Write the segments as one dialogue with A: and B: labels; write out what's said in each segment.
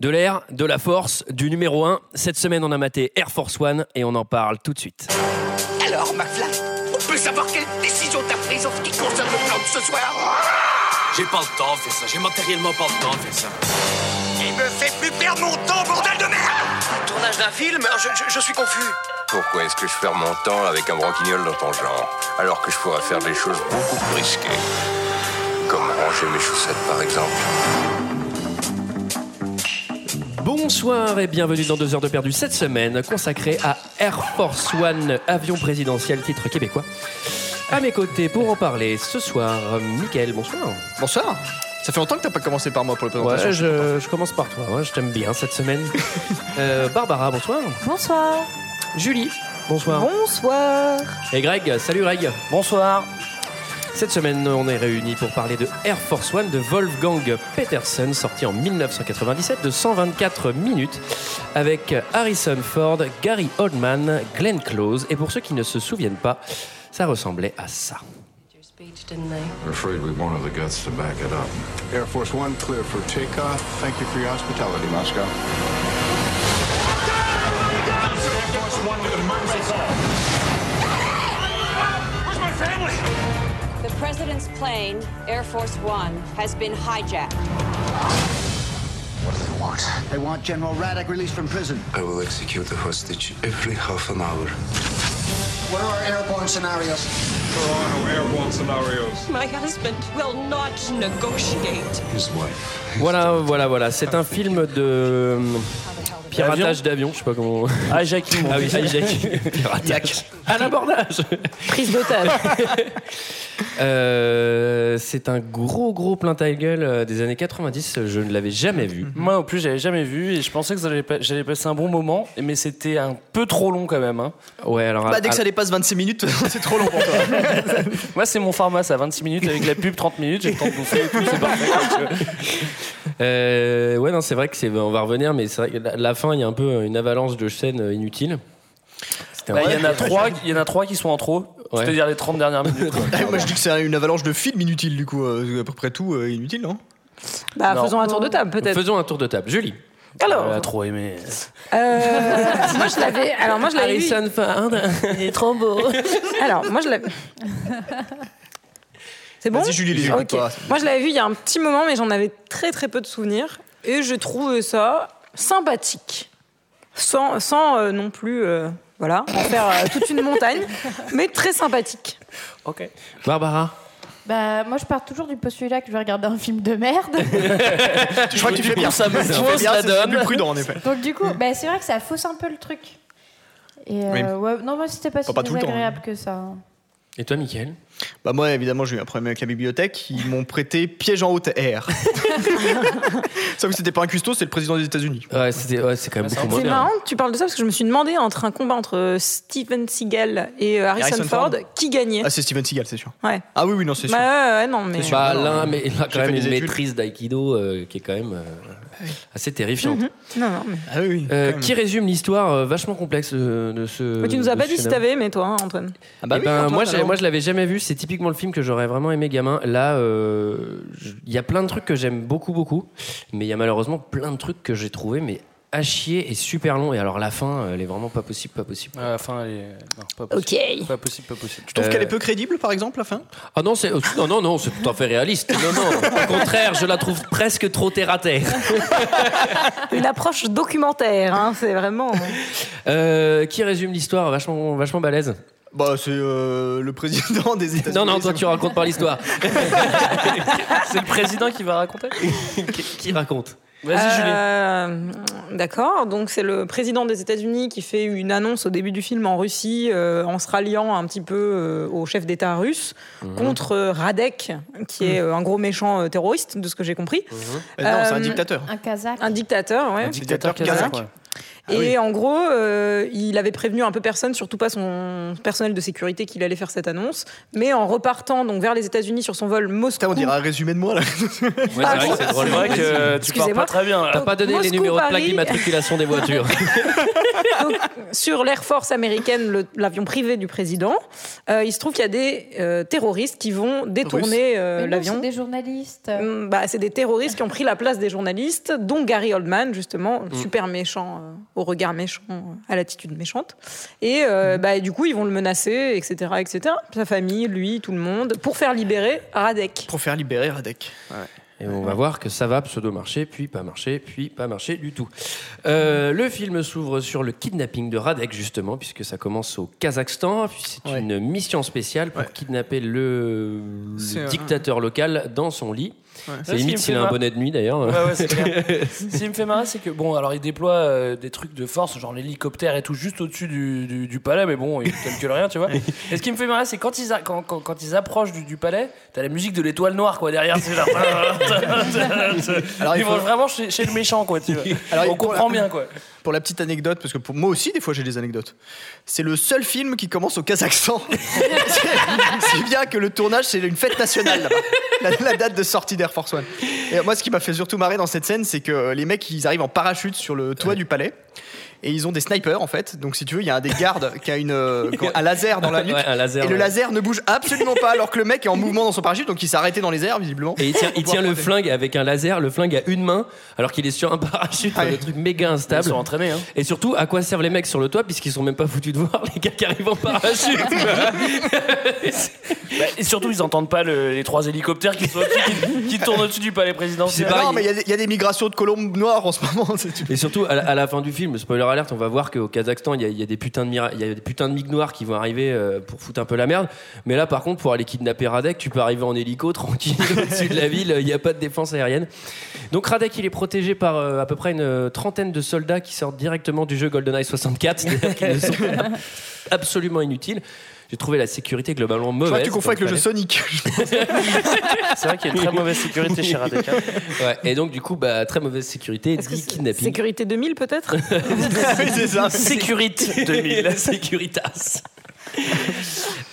A: De l'air, de la force, du numéro 1. Cette semaine, on a maté Air Force One et on en parle tout de suite.
B: Alors, McFly, on peut savoir quelle décision t'as prise en ce qui concerne le plan de ce soir
C: J'ai pas le temps de faire ça, j'ai matériellement pas le temps de faire ça.
B: Il me fait plus perdre mon temps, bordel de merde
D: Tournage d'un film je, je- je suis confus.
E: Pourquoi est-ce que je perds mon temps avec un broquignol dans ton genre Alors que je pourrais faire des choses beaucoup plus risquées. Comme ranger mes chaussettes par exemple.
A: Bonsoir et bienvenue dans 2 heures de perdu cette semaine consacrée à Air Force One, avion présidentiel titre québécois. À mes côtés pour en parler ce soir, Mickaël, bonsoir.
F: Bonsoir. Ça fait longtemps que t'as pas commencé par moi pour la présentation.
A: Ouais, je, je commence par toi, hein, je t'aime bien cette semaine. Euh, Barbara, bonsoir.
G: Bonsoir.
A: Julie, bonsoir.
G: Bonsoir.
A: Et Greg, salut Greg. Bonsoir. Cette semaine, on est réunis pour parler de Air Force One de Wolfgang Petersen, sorti en 1997 de 124 minutes, avec Harrison Ford, Gary Oldman, Glenn Close. Et pour ceux qui ne se souviennent pas, ça ressemblait à ça.
H: We're afraid we won't have the guts to back it up.
I: Air Force One clear for takeoff. Thank you for your hospitality, Moscow.
J: The president's plane, Air Force One, has been hijacked.
B: They want General Radek released from prison.
E: I will execute the hostage every half an hour.
B: What are our airborne scenarios
J: My husband will not negotiate.
E: His wife.
A: Voilà, voilà, voilà. C'est un film de euh, piratage d'avion, je sais pas comment. Hijacking. Ah oui, hijacking. Piratage. À l'abordage.
G: Prise d'otage.
A: Euh, c'est un gros gros plein ta gueule euh, des années 90, je ne l'avais jamais vu.
K: Mhm. Moi non plus, j'avais jamais vu et je pensais que j'allais pa- j'allais passer un bon moment, mais c'était un peu trop long quand même. hein.
A: Ouais, alors à-
F: Bah, dès que
A: à-
F: ça dépasse 26 minutes, c'est trop long pour toi.
K: Moi, c'est mon format, ça, 26 minutes avec la pub, 30 minutes, j'ai le temps de bouffer et tout, c'est parfait.
A: euh, ouais non, c'est vrai que c'est on va revenir mais c'est vrai que la, la fin il y a un peu une avalanche de scènes euh, inutiles. C'était un-
K: Bah, Il y en a trois, il y en a trois qui sont en trop,
A: Ouais.
K: c'est-à-dire les 30 dernières minutes. quoi.
F: Ah, Moi je dis que c'est une avalanche de films inutiles du coup, euh, à peu près tout euh, inutile non
G: Bah,
K: Non.
G: faisons un tour de table peut-être.
A: Faisons un tour de table, Julie.
K: Elle
G: Alors,
K: a trop aimé.
G: euh, moi je l'avais. Alors moi je l'avais. vu-
A: Harrison Ford.
G: Il est trop beau. Alors, moi, je l'avais. C'est bon
F: Vas-y,
A: Ah,
F: Julie, les
G: Ok.
F: écoute pas.
G: Moi, je l'avais vu il y a un petit moment, mais j'en avais très, très peu de souvenirs. Et je trouve ça sympathique. Sans, sans euh, non plus. euh, voilà, en faire euh, toute une montagne, mais très sympathique.
K: Ok.
A: Barbara.
L: Bah, moi, je pars toujours du postulat que je vais regarder un film de merde.
F: Je crois que tu fais bien
K: Ça me
F: Tu fais
K: fausse
F: bien,
K: la
F: c'est- c'est
K: donne.
F: plus prudent en effet.
L: Donc, du coup, bah, c'est vrai que ça fausse un peu le truc. Et euh,
F: Oui.
L: ouais, non, moi, c'était pas si
F: pas tout le temps,
L: désagréable que ça. hein.
A: Et toi Mickaël
F: Bah moi évidemment j'ai eu un problème avec la bibliothèque, ils m'ont prêté piège en haute air. Sauf que c'était pas un custo, c'est le président des États-Unis.
A: Ouais, c'était ouais, c'est quand même
K: Ah,
A: beaucoup
K: c'est un
A: moins
G: C'est
A: bien.
G: marrant que tu parles de ça parce que je me suis demandé entre un combat entre euh, Steven Seagal et euh, Harrison,
F: Harrison
G: Ford,
F: Ford.
G: qui gagnait.
F: Ah c'est Steven Seagal c'est sûr.
G: Ouais.
F: Ah oui oui non c'est sûr.
G: Bah, ouais, ouais, non, mais.
F: C'est sûr.
A: Bah,
F: Non,
A: l'un,
F: non.
A: mais il a quand
F: J'ai
A: même
F: fait
A: une
F: des études.
A: maîtrise d'aïkido euh, qui est quand même euh, assez terrifiante.
G: Non, non, mais-
F: Ah oui oui.
A: Euh,
F: quand même.
A: qui résume l'histoire euh, vachement complexe euh, de ce.
G: Mais tu nous as
A: de
G: pas
A: ce
G: dit si
A: phénomène.
G: t'avais aimé, toi, hein, Antoine.
F: Ah bah
A: Eh
F: oui,
A: ben,
F: Antoine,
A: moi, j'ai-
F: alors.
A: moi, je l'avais jamais vu. C'est typiquement le film que j'aurais vraiment aimé gamin. Là, euh, je- il y a plein de trucs que j'aime beaucoup, beaucoup. Mais il y a malheureusement plein de trucs que j'ai trouvé, mais à chier et super long. Et alors, la fin, elle est vraiment pas possible, pas possible.
K: À Ah, la fin, elle est. Non, pas possible. Pas possible, pas possible.
F: Tu trouves
A: euh,
F: qu'elle est peu crédible par exemple la fin
A: Ah non, c'est, non, non, non, c'est tout à fait réaliste. Non, non. Au contraire, je la trouve presque trop terre à terre.
G: Une approche documentaire, hein, c'est vraiment.
A: Euh, qui résume l'histoire vachement, vachement balèze.
F: Bah c'est euh, le président des États-Unis.
A: Non, non,
F: c'est
A: toi, tu racontes pas l'histoire.
K: C'est le président qui va raconter
A: Qui- qui raconte
K: Vas-y, Julie.
G: Euh, D'accord, donc c'est le président des États-Unis qui fait une annonce au début du film en Russie euh, en se ralliant un petit peu euh, au chef d'État russe
D: Mhm.
G: contre euh, Radek, qui est euh, un gros méchant euh, terroriste, de ce que j'ai compris.
F: Euh, non, c'est un
G: Euh,
F: dictateur.
L: Un Kazakh.
G: Un dictateur, ouais.
F: Un dictateur
K: kazakh,
F: kazakh.
K: ouais.
F: Ah
G: Et en gros, euh, il avait prévenu un peu personne, surtout pas son personnel de sécurité, qu'il allait faire cette annonce. Mais en repartant donc vers les États-Unis sur son vol Moscou.
F: Putain, on dirait un résumé de moi là.
A: Ouais, c'est vrai que c'est
K: C'est
A: drôle.
K: vrai que euh, tu parles
G: Excusez-moi.
K: pas très bien. là.
A: T'as pas donné les
G: Moscou,
A: numéros de plaque
G: Paris.
A: d'immatriculation des voitures.
G: Donc, sur l'Air Force américaine, le- l'avion privé du président, euh, il se trouve qu'il y a des euh, terroristes qui vont détourner euh,
L: Mais non,
G: l'avion.
L: c'est des euh, journalistes.
G: Mm, bah, c'est des terroristes qui ont pris la place des journalistes, dont Gary Oldman, justement,
L: Mm.
G: super méchant, euh, au regard méchant, euh, à l'attitude méchante. Et euh, bah, et du coup, ils vont le menacer, etc., etc. Sa famille, lui, tout le monde, pour faire libérer Radek.
F: Pour faire libérer Radek.
A: Et on va voir que ça va pseudo-marcher, puis pas marcher, puis pas marcher du tout. Euh, le film s'ouvre sur le kidnapping de Radek, justement, puisque ça commence au Kazakhstan. Puis c'est une mission spéciale pour kidnapper le, le
K: C'est un-
A: dictateur local dans son lit.
K: Ouais.
A: C'est
K: Ouais, ce qui me
A: limite s'il
K: fait
A: a un
K: marre.
A: bonnet de nuit, d'ailleurs.
K: Ouais, ouais, c'est clair. Ce qui me fait marrer, c'est que, bon, alors il déploie euh, des trucs de force, genre l'hélicoptère et tout, juste au-dessus du, du- du palais, mais bon, il calcule rien, tu vois. Et ce qui me fait marrer, c'est quand ils, a- quand, quand- quand ils approchent du, du palais, t'as la musique de l'étoile noire, quoi, derrière, c'est genre.
F: Alors, il
K: ils vont
F: faut-
K: vraiment chez, chez le méchant, quoi, tu vois.
F: Alors,
K: On
F: pour la-
K: comprend bien, quoi.
F: Pour la petite anecdote, parce que pour moi aussi, des fois, j'ai des anecdotes. C'est le seul film qui commence au Kazakhstan. C'est- si bien que le tournage, c'est une fête nationale là-bas. La, la date de sortie d'Air Force One. Et moi, ce qui m'a fait surtout marrer dans cette scène, c'est que euh, les mecs, ils arrivent en parachute sur le toit du palais. Et ils ont des snipers en fait. Donc si tu veux, il y a un des gardes qui a une, euh, qui a un laser dans la nuque.
A: Ouais, un laser,
F: et le
A: ouais.
F: laser ne bouge absolument pas alors que le mec est en mouvement dans son parachute. Donc il s'est arrêté dans les airs visiblement.
A: Et il tient, il
F: Pour
A: tient
F: pouvoir
A: le
F: protéger.
A: flingue avec un laser, le flingue à une main, alors qu'il est sur un parachute, le truc méga instable.
K: Ils sont entraînés, hein.
A: Et surtout, à quoi servent les mecs sur le toit, puisqu'ils sont même pas foutus de voir les gars qui arrivent en parachute
K: Bah, et surtout, ils entendent pas le- les trois hélicoptères qui, sont au-dessus, qui- qui tournent au-dessus du palais présidentiel.
F: Ah Non, mais il y a des- il y, a des migrations de colombes noires en ce moment. c'est-
A: Et surtout, à la, à la fin du film, spoiler alerte, on va voir qu'au Kazakhstan, il y, a- il y a des putains de mira- il y a des putains de migs noirs qui vont arriver euh, pour foutre un peu la merde. Mais là, par contre, pour aller kidnapper Radek, tu peux arriver en hélico tranquille au-dessus de la ville. Il n'y a pas de défense aérienne. Donc Radek, il est protégé par euh, à peu près une euh, trentaine de soldats qui sortent directement du jeu GoldenEye 64. C'est-à-dire qu'ils sont absolument inutiles. J'ai trouvé la sécurité globalement
F: Je
A: mauvaise.
F: crois que tu confonds
A: dans
F: avec le jeu
A: palais.
F: Sonic.
K: C'est vrai qu'il y a une très mauvaise sécurité chez Radek. hein.
A: Ouais, et donc, du coup, bah, très mauvaise sécurité, dit kidnapping.
G: Sécurité 2000 peut-être
K: Sécurité 2000.
A: la Securitas.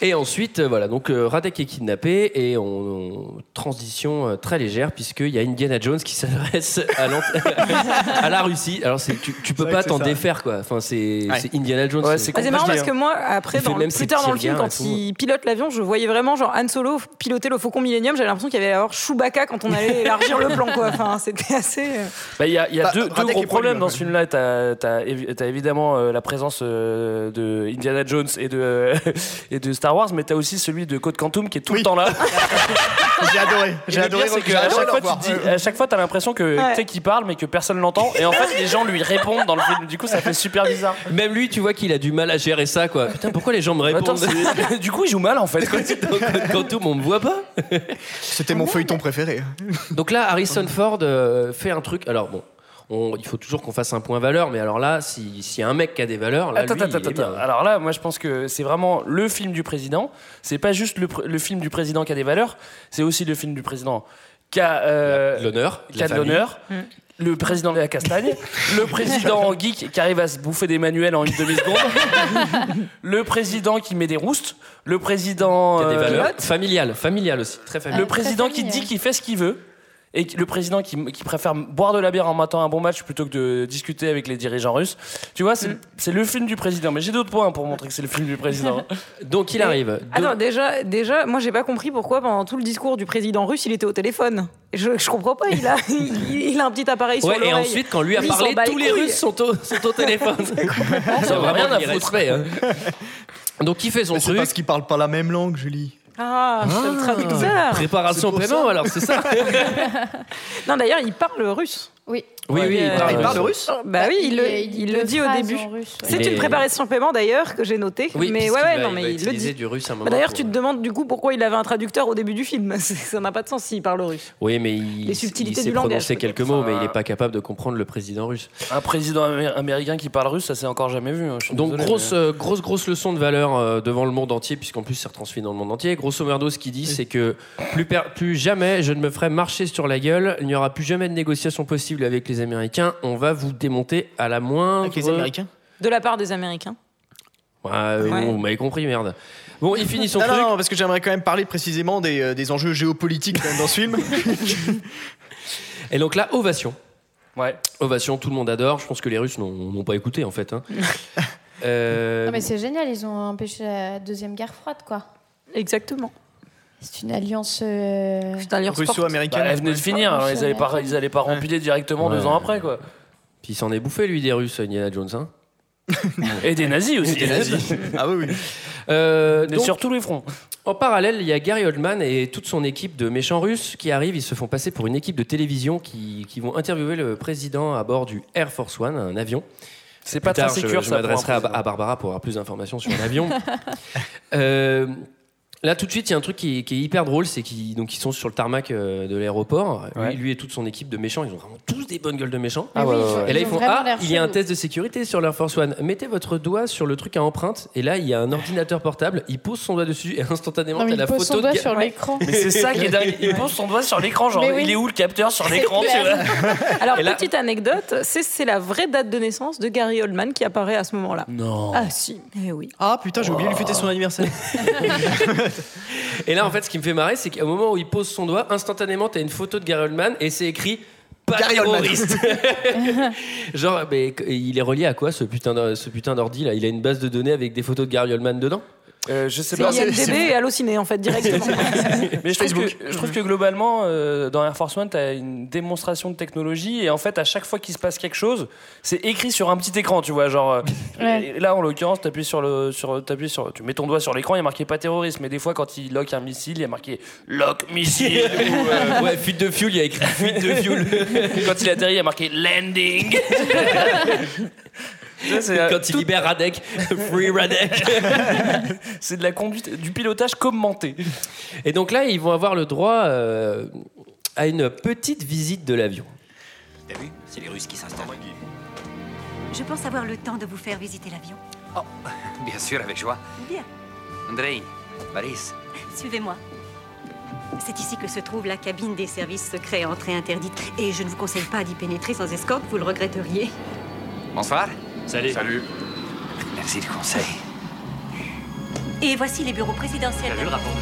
A: Et ensuite, euh, voilà, donc euh, Radek est kidnappé et on, on- transition euh, très légère puisqu'il y a Indiana Jones qui s'adresse à, l'ant- à la Russie. Alors c'est- tu, tu peux
K: C'est vrai
A: pas
K: que
A: t'en
K: c'est ça.
A: défaire quoi. Enfin c'est
K: Ouais.
A: c'est Indiana Jones.
K: Ouais, c'est
G: Ah, c'est marrant parce que moi,
A: hein. Il
G: après,
A: fait
G: dans le-
A: même ses
G: plus tard dans le
A: petits
G: film,
A: regards et
G: quand
A: tout.
G: il pilote l'avion, je voyais vraiment genre Han Solo piloter le Faucon Millennium. J'avais l'impression qu'il y avait alors Chewbacca quand on allait élargir le plan. Quoi. Enfin, c'était assez. euh,
K: Bah, Il y a, il y a
G: Bah,
K: deux, deux
G: Radek
K: gros
G: est
K: problèmes
G: produit,
K: dans
G: ouais.
K: ce film-là. T'as as, évidemment euh, la présence euh, de Indiana Jones et de, et de Star Wars, mais t'as aussi celui de Code Quantum qui est tout le temps là.
F: J'ai adoré.
K: Et
F: J'ai
K: le pire,
F: adoré. Ah
K: c'est que
F: j'ai
K: à
F: adoré
K: chaque fois,
F: le
K: tu
F: revoir.
K: te dis- à chaque fois, t'as l'impression que
F: Ouais.
K: tu sais qu'il parle, mais que personne l'entend. Et en fait, les gens lui répondent dans le film. Du coup, ça fait super bizarre.
A: Même lui, tu vois qu'il a du mal à gérer ça quoi. Putain, pourquoi les gens me
K: Attends,
A: répondent
K: c'est- du coup, il joue mal en
A: Ah,
K: fait.
A: Quand tout on me voit pas.
F: C'était mon feuilleton préféré.
A: Donc là, Harrison Ford euh, fait un truc. Alors bon, on- il faut toujours qu'on fasse un point valeur, mais alors là, si- s'il y a un mec qui a des valeurs, là,
K: Attends,
A: lui,
K: attends,
A: il est
K: attends,
A: bien.
K: attends. Alors là, moi, je pense que c'est vraiment le film du président. C'est pas juste le, pr- le film du président qui a des valeurs, c'est aussi le film du président qui a euh,
A: l'honneur,
K: qui a
A: la
K: de
A: famille.
K: l'honneur. Le président de la castagne, le président geek qui arrive à se bouffer des manuels en une demi-seconde, le président qui met des roustes, le président
A: Il y a des
K: euh,
A: valeurs familiales, familiales aussi, Ah, très familiales.
K: le président qui dit qu'il fait ce qu'il veut et qui- le président qui, qui préfère boire de la bière en matant un bon match plutôt que de discuter avec les dirigeants russes. Tu vois, c'est c'est le film du président. Mais j'ai d'autres points pour montrer que c'est le film du président. hein.
A: Donc il arrive.
G: Attends, déjà, déjà, moi j'ai pas compris pourquoi pendant tout le discours du président russe, il était au téléphone. Je, je comprends pas, il a, il, il a un petit appareil sur
A: Ouais,
G: l'oreille.
A: et ensuite, quand lui a
G: Lui, il
A: parlé,
G: s'en bat
A: tous les
G: couilles.
A: Russes sont au, sont au téléphone.
K: Ils
A: ont
K: ont rien à
A: de
K: foutre.
A: l'irrespect, hein. Donc il fait son
F: C'est
A: truc.
F: parce qu'ils parlent pas la même langue, Julie.
G: Ah, c'est le traducteur.
A: Préparation au
F: C'est pour
A: paiement,
F: ça.
A: alors c'est ça
G: Non, d'ailleurs, il parle russe.
L: Oui.
A: Oui, oui, il parle,
F: russe
G: Bah oui, il,
L: Il-
G: le,
L: il dit
G: il
L: deux
G: le dit au
L: phrases
G: début.
L: en russe, ouais.
G: C'est
A: Mais-
G: une préparation paiement d'ailleurs que j'ai noté.
A: Oui,
G: mais
A: puisqu'il
G: ouais, ouais,
A: va-
G: non,
A: il va
G: mais il le
A: utiliser
G: dit.
A: du russe à un
G: Bah
A: moment
G: d'ailleurs,
A: pour-
G: tu te demandes du coup pourquoi il avait un traducteur au début du film. C'est- Ça n'a pas de sens s'il parle russe.
A: Oui, mais il,
G: Les subtilités
A: il sait
G: du langage,
A: prononcer
G: peut-être.
A: quelques mots, mais il
K: Enfin,
A: n'est pas capable de comprendre le président russe.
K: Un président amé- américain qui parle russe, ça s'est encore jamais vu. hein. Je suis
A: Donc
K: désolé,
A: grosse,
K: mais-
A: euh, grosse, grosse leçon de valeur euh, devant le monde entier, puisqu'en plus c'est retransmis dans le monde entier. Grosso merdo, ce qu'il dit, c'est que plus, per- plus jamais je ne me ferai marcher sur la gueule. Il n'y aura plus jamais de négociation possible avec les Américains. On va vous démonter à la moindre.
F: Avec les Américains
G: De la part des Américains.
A: Ouais, euh,
G: Ouais.
A: bon, vous m'avez compris, merde. Bon, il finit son
F: non,
A: truc.
F: non, parce que j'aimerais quand même parler précisément des, euh, des enjeux géopolitiques quand même dans ce film.
A: Et donc là, ovation.
K: euh, Bah,
A: Ovation, tout le monde adore. Je pense que les Russes n'ont n'ont pas écouté en fait. hein. Euh,
L: Non, mais c'est génial, ils ont empêché la deuxième guerre froide, quoi.
G: Exactement.
L: C'est une alliance. euh,
K: Bah, elle venait de finir, alors ils allaient pas, ils allaient pas rempiler directement
A: Ouais.
K: deux ans après quoi.
A: Puis il s'en est bouffé lui des Russes, Indiana Jones. Hein
K: Et des nazis aussi.
A: Et des nazis.
F: ah oui, oui.
A: Euh,
K: Mais sur tous les fronts.
A: En parallèle, il y a Gary Oldman et toute son équipe de méchants russes qui arrivent. Ils se font passer pour une équipe de télévision qui, qui vont interviewer le président à bord du Air Force One, un avion.
K: C'est
A: Plus
K: pas très
A: tard, je-
K: sécure,
A: Je
K: ça, pour
A: m'adresserai
K: un
A: à,
K: président.
A: à Barbara pour avoir plus d'informations sur l'avion. Euh, là, tout de suite, il y a un truc qui, est- qui est hyper drôle, c'est qu'ils donc, ils sont sur le tarmac euh, de l'aéroport. Lui- Lui, et toute son équipe de méchants, ils ont vraiment tous des bonnes gueules de méchants.
K: Ah ouais, ouais, ouais.
A: Et là,
K: Ils
A: ils
K: ont
A: font
K: vraiment
A: Ah,
K: l'air
A: il y a un
K: chelous.
A: test de sécurité sur l'Air Force One. Mettez votre doigt sur le truc à empreinte. Et là, il y a un ordinateur portable. Il pose son doigt dessus et instantanément,
L: Non, mais
A: t'as
L: il
A: la
L: pose
A: photo
L: son
A: de
L: doigt
A: Ga-
L: sur l'écran.
K: Mais c'est ça qui est dingue. Il pose son doigt sur l'écran, genre
G: Mais oui.
K: il est où le capteur sur l'écran tu vois
G: Alors,
K: Et là-
G: petite anecdote, c'est- c'est la vraie date de naissance de Gary Oldman qui apparaît à ce moment-là.
A: Non.
G: Ah si, eh oui.
F: Ah putain, j'ai oublié de lui fêter son anniversaire.
A: Et là, en fait, ce qui me fait marrer, c'est qu'au moment où il pose son doigt, instantanément, t'as une photo de Gary Oldman et c'est écrit pas
F: Gary Oldman.
A: terroriste. Genre, mais qu- il est relié à quoi ce putain d'or- ce putain d'ordi là Il a une base de données avec des photos de Gary Oldman dedans
K: Je sais
G: C'est IMDB et Allociné en fait directement.
K: Mais je trouve,
A: Facebook.
K: que, je trouve que globalement, euh, dans Air Force One, tu as une démonstration de technologie et en fait, à chaque fois qu'il se passe quelque chose, c'est écrit sur un petit écran, tu vois. Genre, euh,
L: Ouais.
K: et là, en l'occurrence, tu sur le. Sur, t'appuies sur, tu mets ton doigt sur l'écran, il y a marqué pas terroriste, mais des fois, quand il lock un missile, il y a marqué lock missile. ou, euh,
A: Ouais, fuite de fuel, il y a écrit fuite de fuel.
K: quand il atterrit, il y a marqué landing. Ça, c'est, euh,
A: Quand il libère Radek, free Radek.
K: c'est de la conduite, du pilotage commenté.
A: Et donc là, ils vont avoir le droit euh, à une petite visite de l'avion.
B: T'as vu C'est les Russes qui s'installent.
M: Je pense avoir le temps de vous faire visiter l'avion.
B: Bien sûr, avec joie.
M: Bien,
B: Andrei, Boris,
M: suivez-moi. C'est ici que se trouve la cabine des services secrets, entrée interdite. Et je ne vous conseille pas d'y pénétrer sans escorte, vous le regretteriez.
B: bonsoir.
K: Salut.
B: Salut. Merci du conseil.
M: Et voici les bureaux présidentiels.
B: T'as vu le rapport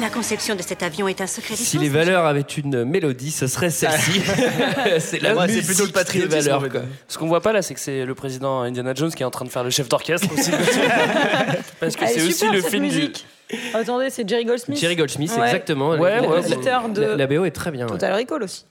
M: La conception de cet avion est un secret
A: Si
M: d'essence.
A: les valeurs avaient une mélodie, ce serait celle-ci. c'est la
K: Moi,
A: musique des valeurs. quoi.
K: Ce qu'on voit pas là, c'est que c'est le président Indiana Jones qui est en train de faire le chef d'orchestre aussi. Parce que
G: Elle est
K: c'est aussi
G: super,
K: le
G: cette
K: film du.
G: musique. Attendez, c'est Jerry Goldsmith.
A: Jerry Goldsmith,
G: Ouais.
A: exactement.
K: Ouais,
A: La-
K: ouais,
A: la,
G: compositeur de-
A: la- la BO est très bien. ouais.
G: Total Recall aussi.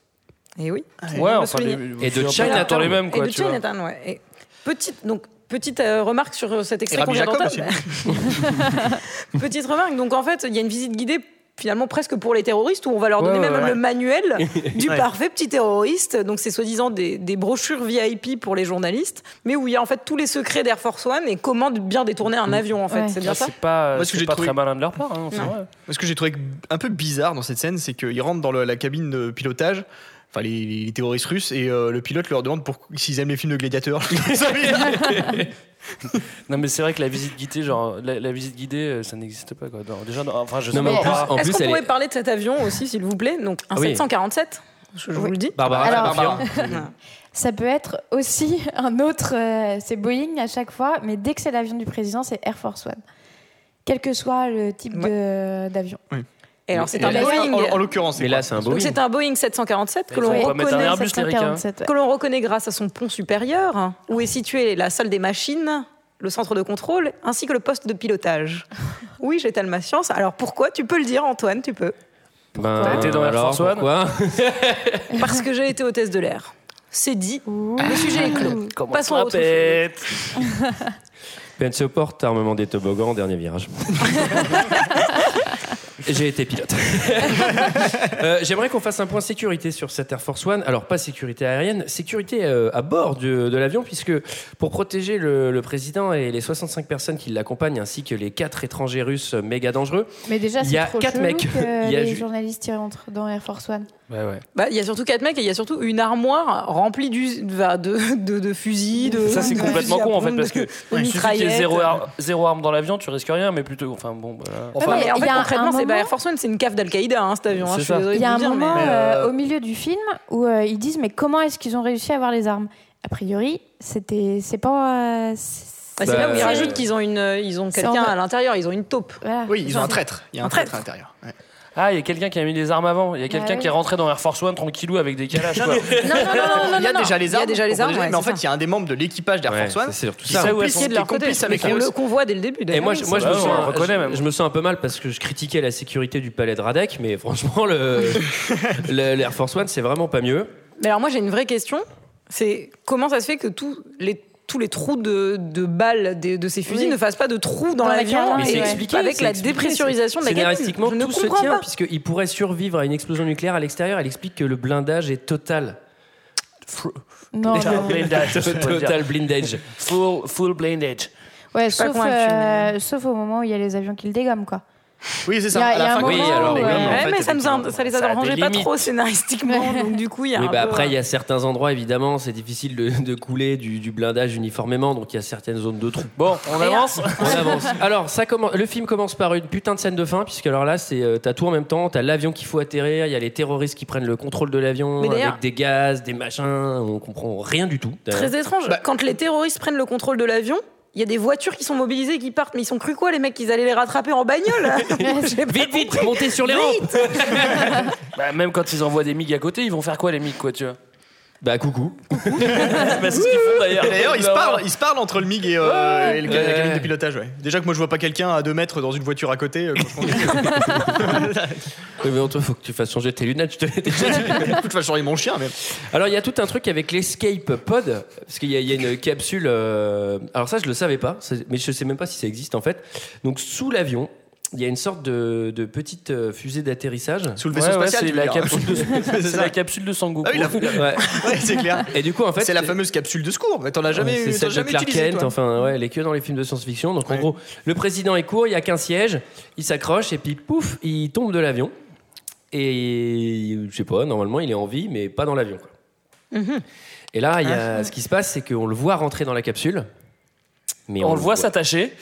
G: Et Eh oui.
K: Ouais,
G: Je viens de le
K: enfin,
G: souligner.
K: les-
A: Et de
K: c'est un peu
A: Chinatown.
K: dans les mêmes, quoi.
G: Et de
K: tu vois.
G: Chinatown, ouais. Et petite, donc, petite euh, remarque sur euh, cet extrait
K: Rabbi
G: qu'on vient
K: Eh ben, Jacob
G: d'entendre. petite remarque. Donc, en fait, il y a une visite guidée finalement presque pour les terroristes où on va leur donner
K: Ouais, ouais,
G: même
K: ouais.
G: le manuel du
K: Ouais.
G: parfait petit terroriste. Donc, c'est soi-disant des, des brochures VIP pour les journalistes, mais où il y a en fait tous les secrets d'Air Force One et comment de bien détourner
K: Mm.
G: un avion, en fait. C'est bien ça
K: Ah, C'est pas,
F: Moi, ce que
K: c'est
F: j'ai
K: pas
F: trouvé-
K: très malin de leur part. hein, enfin,
G: Non.
K: ouais.
F: Moi, Ce que j'ai trouvé un peu bizarre dans cette scène, c'est qu'ils rentrent dans le- la cabine de pilotage. Enfin, les, les terroristes russes et euh, le pilote leur demande pour- s'ils aiment les films de gladiateurs.
K: Non, mais c'est vrai que la visite guidée, genre, la, la visite guidée, euh, ça n'existe pas, quoi. Dans- déjà, dans- enfin, je sais
A: Non, mais en
K: pas.
A: plus- en
G: Est-ce
A: plus,
G: qu'on
A: elle
G: pourrait
A: est-
G: parler de cet avion aussi, s'il vous plaît Donc, un
A: Ah oui.
G: 747, je, je vous le dis.
K: Bah,
A: Barbara,
L: Alors-
A: Barbara.
L: Ça peut être aussi un autre. euh, c'est Boeing à chaque fois, mais dès que c'est l'avion du président, c'est Air Force One. Quel que soit le type de- d'avion.
G: Et alors, c'est
L: Mais
G: un
L: là,
G: Boeing.
F: en en l'occurrence,
A: Mais là, c'est un beau
G: Donc c'est un Boeing 747 que
K: Ils
G: l'on
K: vont pas mettre un
G: reconnaît,
K: Airbus, hein. les ricains.
L: 747, ouais.
G: que l'on reconnaît grâce à son pont supérieur, hein, où est située la salle des machines, le centre de contrôle, ainsi que le poste de pilotage. Oui, j'étais ma science. Alors pourquoi Tu peux le dire, Antoine, tu peux.
A: Ben,
K: T'as été dans Air
A: alors,
K: Force One
A: pourquoi
G: Parce que j'ai été hôtesse de l'air. C'est dit, le sujet est clos.
K: Comment
G: Passons à autre chose.
K: Trompette.
A: Penn Support, armement des toboggans, dernier virage. J'ai été pilote. Euh, J'aimerais qu'on fasse un point sécurité sur cette Air Force One. Alors, pas sécurité aérienne, sécurité euh, à bord de, de l'avion, puisque pour protéger le, le président et les 65 personnes qui l'accompagnent, ainsi que les 4 étrangers russes euh, méga dangereux,
L: Mais déjà,
A: il y
L: c'est
A: a
L: trop
A: 4
L: chelou
A: mecs.
L: que
A: Il y a
L: les
A: ju-
L: journalistes y rentrent dans Air Force One.
G: Bah, il y a surtout quatre mecs et il y a surtout une armoire remplie d'us- va- de, de, de fusils, de.
K: Ça, c'est
G: de
K: complètement
G: fusils à
K: con en fait,
G: pompe,
K: parce que
G: de- de
K: il suffit qu'il y ait zéro,
G: mitraillettes.
K: ar- zéro arme dans l'avion, tu risques rien, mais plutôt. Enfin bon, bah. voilà.
G: Ouais, mais en
L: il y
G: fait,
L: a un
G: concrètement, c'est
L: moment-
G: pas Air Force One, c'est une cave d'Al-Qaïda, hein, cet avion. hein,
K: C'est
G: je suis
K: ça.
G: désolée
L: Il y
G: de
L: a un
G: vous dire,
L: moment
G: mais-
L: euh, au milieu du film où euh, ils disent mais comment est-ce qu'ils ont réussi à avoir les armes A priori, c'était c'est pas euh, c'est-
G: Bah, c'est là où ils
L: c'est-
G: rajoutent qu'ils ont, une, euh, ils ont
L: C'est
G: quelqu'un
L: en-
G: à l'intérieur, ils ont une taupe.
F: Oui, ils ont un traître. Il y a un
G: Un
F: traître à
G: traître.
F: l'intérieur. Ouais.
K: Ah, il y a quelqu'un qui a mis les armes avant. Il y a quelqu'un
G: oui.
K: qui est rentré dans Air Force One tranquillou avec des calages.
F: Non,
K: quoi.
F: mais-
G: Non, non, non, non, non,
F: Il y a
G: non,
F: déjà
G: non.
F: les
G: Il y a
F: armes.
G: déjà les
F: pour
G: armes,
F: protéger,
G: ouais,
F: mais en
G: c'est
F: fait, il y a un des membres de l'équipage d'Air Force One
A: c'est surtout
F: qui
A: ça.
F: sont
A: Ouais,
F: complices-
G: Policiers de leur
F: qui est
G: côté.
F: complice avec
G: Mais
F: les
G: on le
F: Russes.
G: convoit dès le début.
A: Et
K: Eh,
G: d'ailleurs.
A: moi, je, moi, je me
K: Ouais,
A: sens,
K: on le reconnaît
A: je,
K: même.
A: je me sens un peu mal parce que je critiquais la sécurité du palais de Radek, mais franchement, le, le- l'Air Force One, c'est vraiment pas mieux.
G: Mais alors moi j'ai une vraie question, c'est comment ça se fait que tous les tous les trous de, de balles des- de, ces fusils
L: Oui.
G: ne fassent pas de trous dans
L: Dans la
G: l'avion
L: carlingue,
A: Mais
G: et
A: c'est
L: ouais.
A: expliqué.
G: Ah, avec
A: c'est
G: la
A: expliqué,
G: dépressurisation de la
A: c'est-
G: cabine.
A: Scénaristiquement,
G: Je ne
A: tout se
G: comprends
A: tient,
G: pas.
A: puisqu'il pourrait survivre à une explosion nucléaire à l'extérieur. Elle explique que le blindage est total.
L: Non,
K: Total
L: non.
K: blindage, on peut dire.
A: total blindage.
K: Full, full blindage.
L: Ouais,
G: suis pas
L: sauf
G: convaincue,
L: euh, sauf au moment où il y a les avions qui le dégomment quoi.
F: Oui, c'est
L: Il y
F: ça.
L: a- il
F: À
L: y
F: la
L: a
F: fin,
L: un
F: quand
A: Oui,
F: ils-
L: moment
A: alors,
L: où,
A: oui,
L: euh,
A: non,
G: Ouais,
A: en fait,
G: mais ça, nous a- ça les
A: ça
G: a
A: a des
G: arrangés pas
A: limites.
G: trop scénaristiquement, donc du coup il y a
A: Oui,
G: un
A: bah
G: peu-
A: après, il y a certains endroits, évidemment, c'est difficile de, de couler du, du blindage uniformément, donc il y a certaines zones de trous.
K: Bon, on avance.
A: On avance. Alors, ça commence, le film commence par une putain de scène de fin, puisque alors là, c'est euh, t'as tout en même temps, t'as l'avion qu'il faut atterrir, il y a les terroristes qui prennent le contrôle de l'avion
G: Mais d'ailleurs-
A: avec des gaz, des machins, on comprend rien du tout.
G: Très étrange.
F: Bah-
G: Quand les terroristes prennent le contrôle de l'avion, il y a des voitures qui sont mobilisées et qui partent, mais ils sont cru quoi les mecs qu'ils allaient les rattraper en bagnole J'ai pas
A: Vite, vite,
G: compris.
A: montez sur les rampes.
K: Bah, même quand ils envoient des MiG à côté, ils vont faire quoi les MiG quoi, tu vois
A: Bah coucou.
K: Bah, C'est ce qu'ils font d'ailleurs.
F: D'ailleurs, ils se parlent, ils se parlent entre le MiG et, euh, et le- la
A: Ouais.
F: cabine de pilotage. Ouais. Déjà que moi, je vois pas quelqu'un à 2 mètres dans une voiture à côté. euh, quand je conduis.
A: Oui, mais toi, faut que tu fasses changer tes lunettes. Je te l'ai déjà dit.
F: Écoute, je vais changer mon chien, mais.
A: Alors, il y a tout un truc avec l'escape pod, parce qu'il y, a- il y a une capsule. euh, Alors, ça, je le savais pas, c'est- mais je sais même pas si ça existe en fait. Donc, sous l'avion, il y a une sorte de, de petite euh, fusée d'atterrissage.
F: Sous le
K: Ouais,
F: vaisseau
K: ouais,
F: spatial,
K: c'est
F: tu
K: la
F: veux dire.
K: capsule de
F: C'est
K: c'est
F: ça.
K: la capsule de Sangoku.
F: Ah oui, la-
A: Ouais.
F: Ouais, c'est clair.
A: Et du coup, en fait,
F: c'est la fameuse capsule de secours. Mais t'en as jamais
A: Ouais, c'est
F: eu, t'en as
A: celle de
F: jamais
A: Clark
F: utilisé,
A: Kent,
F: toi.
A: enfin, ouais, elle est que dans les films de science-fiction. Donc, en
F: Ouais.
A: gros, le président est court, il y a qu'un siège, il s'accroche et puis pouf, il tombe de l'avion. Et je sais pas, normalement, il est en vie, mais pas dans l'avion. quoi. Et là, il y a, ce qui se passe, c'est qu'on le voit rentrer dans la capsule. Mais
K: On le voit s'attacher.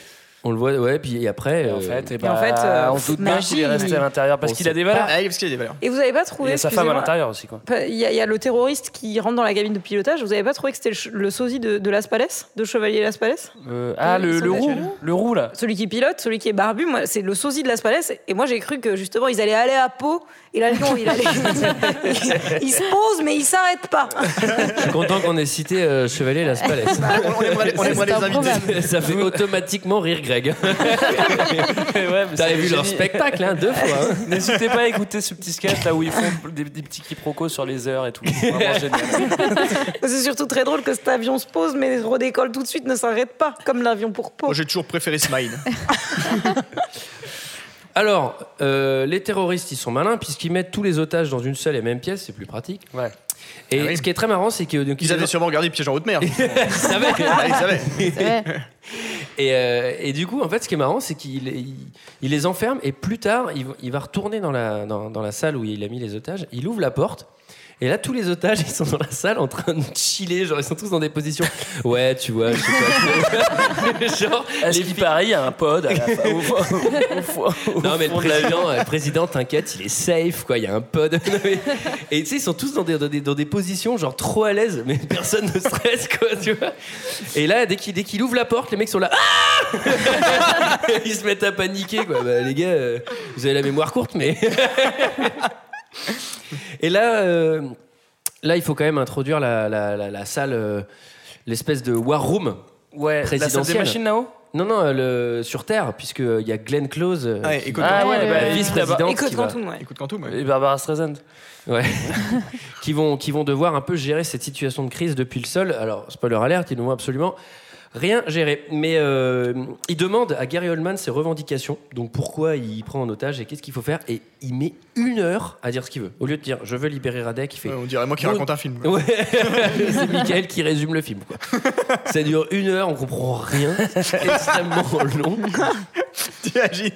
A: On le voit, ouais, puis après.
K: Et En
A: euh,
K: fait, eh
G: Et en fait,
K: bah,
G: euh,
K: on se doute bien
G: magie.
K: qu'il est resté à l'intérieur parce
A: On
K: qu'il a
A: sait
K: des valeurs.
F: Ah, parce qu'il y a des valeurs.
G: Et vous avez pas
K: Il
G: trouvé
K: y a sa femme à
G: excusez-moi,
K: l'intérieur aussi quoi.
G: Il y, a- il y a le terroriste qui rentre dans la cabine de pilotage. Vous avez pas trouvé que c'était le, ch- le sosie de, de Las Palais, de Chevalier Las Palais
K: Euh, ah, le,
G: Ils sont
K: le
G: déjà
K: roux, le roux là.
G: Celui qui pilote, celui qui est barbu, moi, c'est le sosie de Las Palais. Et moi, j'ai cru que justement, ils allaient aller à Pau. Et là, non, il allait. il, il se pose, mais il s'arrête pas.
A: je
K: ben-
A: suis content qu'on ait cité euh, Chevalier Las Palais.
F: On, on aimerait, on
L: C'est
F: aimerait les inviter.
L: improbable.
A: Ça fait automatiquement rire Greg.
K: Ouais, mais c'est
A: T'avais vu leur
K: génie.
A: spectacle, hein, deux fois. hein.
K: N'hésitez pas à écouter ce petit sketch là où ils font des, des petits quiproquos sur les heures et tout. C'est Vraiment génial.
G: C'est surtout très drôle que cet avion se pose, mais redécolle tout de suite, ne s'arrête pas, comme l'avion pour Pau.
F: Moi, j'ai toujours préféré Smile.
A: Alors, euh, les terroristes, ils sont malins puisqu'ils mettent tous les otages dans une seule et même pièce, c'est plus pratique.
K: Ouais.
A: Et
F: Ah oui.
A: ce qui est très marrant, c'est que donc,
F: Ils avaient sûrement regardé Piège en haute mer.
A: Ils savaient.
F: Ah, ils savaient.
L: C'est vrai.
A: et, euh, et du coup, en fait, ce qui est marrant, c'est qu'il il, il les enferme et plus tard, il, va- il va retourner dans la, dans, dans la salle où il a mis les otages. Il ouvre la porte. Et là, tous les otages, ils sont dans la salle en train de chiller. Genre, ils sont tous dans des positions. Ouais, tu vois, je sais pas. genre,
K: À ce
A: les
K: qu'il paraît, il y a un pod à la fin, au, au- au- au- au
A: Non mais le
K: fond de l'avion.
A: président, euh, le président, t'inquiète, il est safe quoi. Il y a un pod. Non, mais- Et tu sais, ils sont tous dans des, dans des, dans des positions genre trop à l'aise, mais personne ne stresse quoi, tu vois. Et là, dès qu'il dès qu'il ouvre la porte, les mecs sont là. Ah ils se mettent à paniquer quoi. Bah, les gars, euh, vous avez la mémoire courte, mais. Et là, euh, là, il faut quand même introduire la, la, la- la salle, euh, l'espèce de war room.
K: Ouais, la salle des
A: Présidentielle.
K: machines là-haut
A: Non, non, euh, le, sur Terre, puisque euh, il y a Glenn Close, euh,
F: Ouais,
A: qui-
F: écoute,
K: Ah ouais,
L: ouais,
K: bah,
L: ouais.
A: vice-président.
G: Et
A: qui
G: Claude
A: va-
G: Quantum, ouais.
F: Écoute Quantum. ouais.
K: Et Barbara Streisand.
A: Ouais. qui, vont, qui vont devoir un peu gérer cette situation de crise depuis le sol. Alors, spoiler alerte, ils ne vont absolument rien géré. Mais euh, il demande à Gary Oldman ses revendications, donc pourquoi il prend en otage et qu'est-ce qu'il faut faire. Et il met une heure à dire ce qu'il veut. Au lieu de dire je veux libérer Radek, il fait.
F: on dirait moi qui
A: Bon-
F: raconte un film.
A: Ouais. c'est Michael qui résume le film. Quoi. Ça dure une heure, on comprend rien. C'est extrêmement long.
F: T'imagines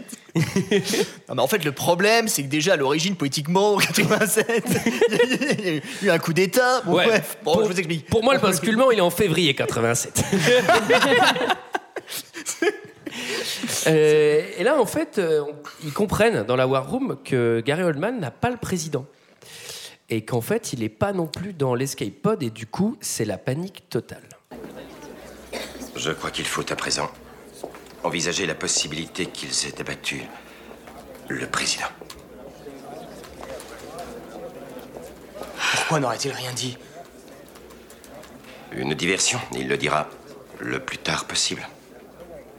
F: Non, mais en fait, le problème, c'est que déjà à l'origine, politiquement, en 87, il y a eu- il y a eu un coup d'État. Bon,
A: Ouais.
F: bref, bon,
A: Pour-
F: je vous explique.
A: Pour moi, le basculement, il est en février 87. Euh, et là, en fait, euh, ils comprennent dans la War Room que Gary Oldman n'a pas le président. Et qu'en fait, il n'est pas non plus dans l'escape pod, et du coup, c'est la panique totale.
B: Je crois qu'il faut à présent envisager la possibilité qu'ils aient abattu le président.
D: Pourquoi n'aurait-il rien dit
B: Une diversion, il le dira le plus tard possible.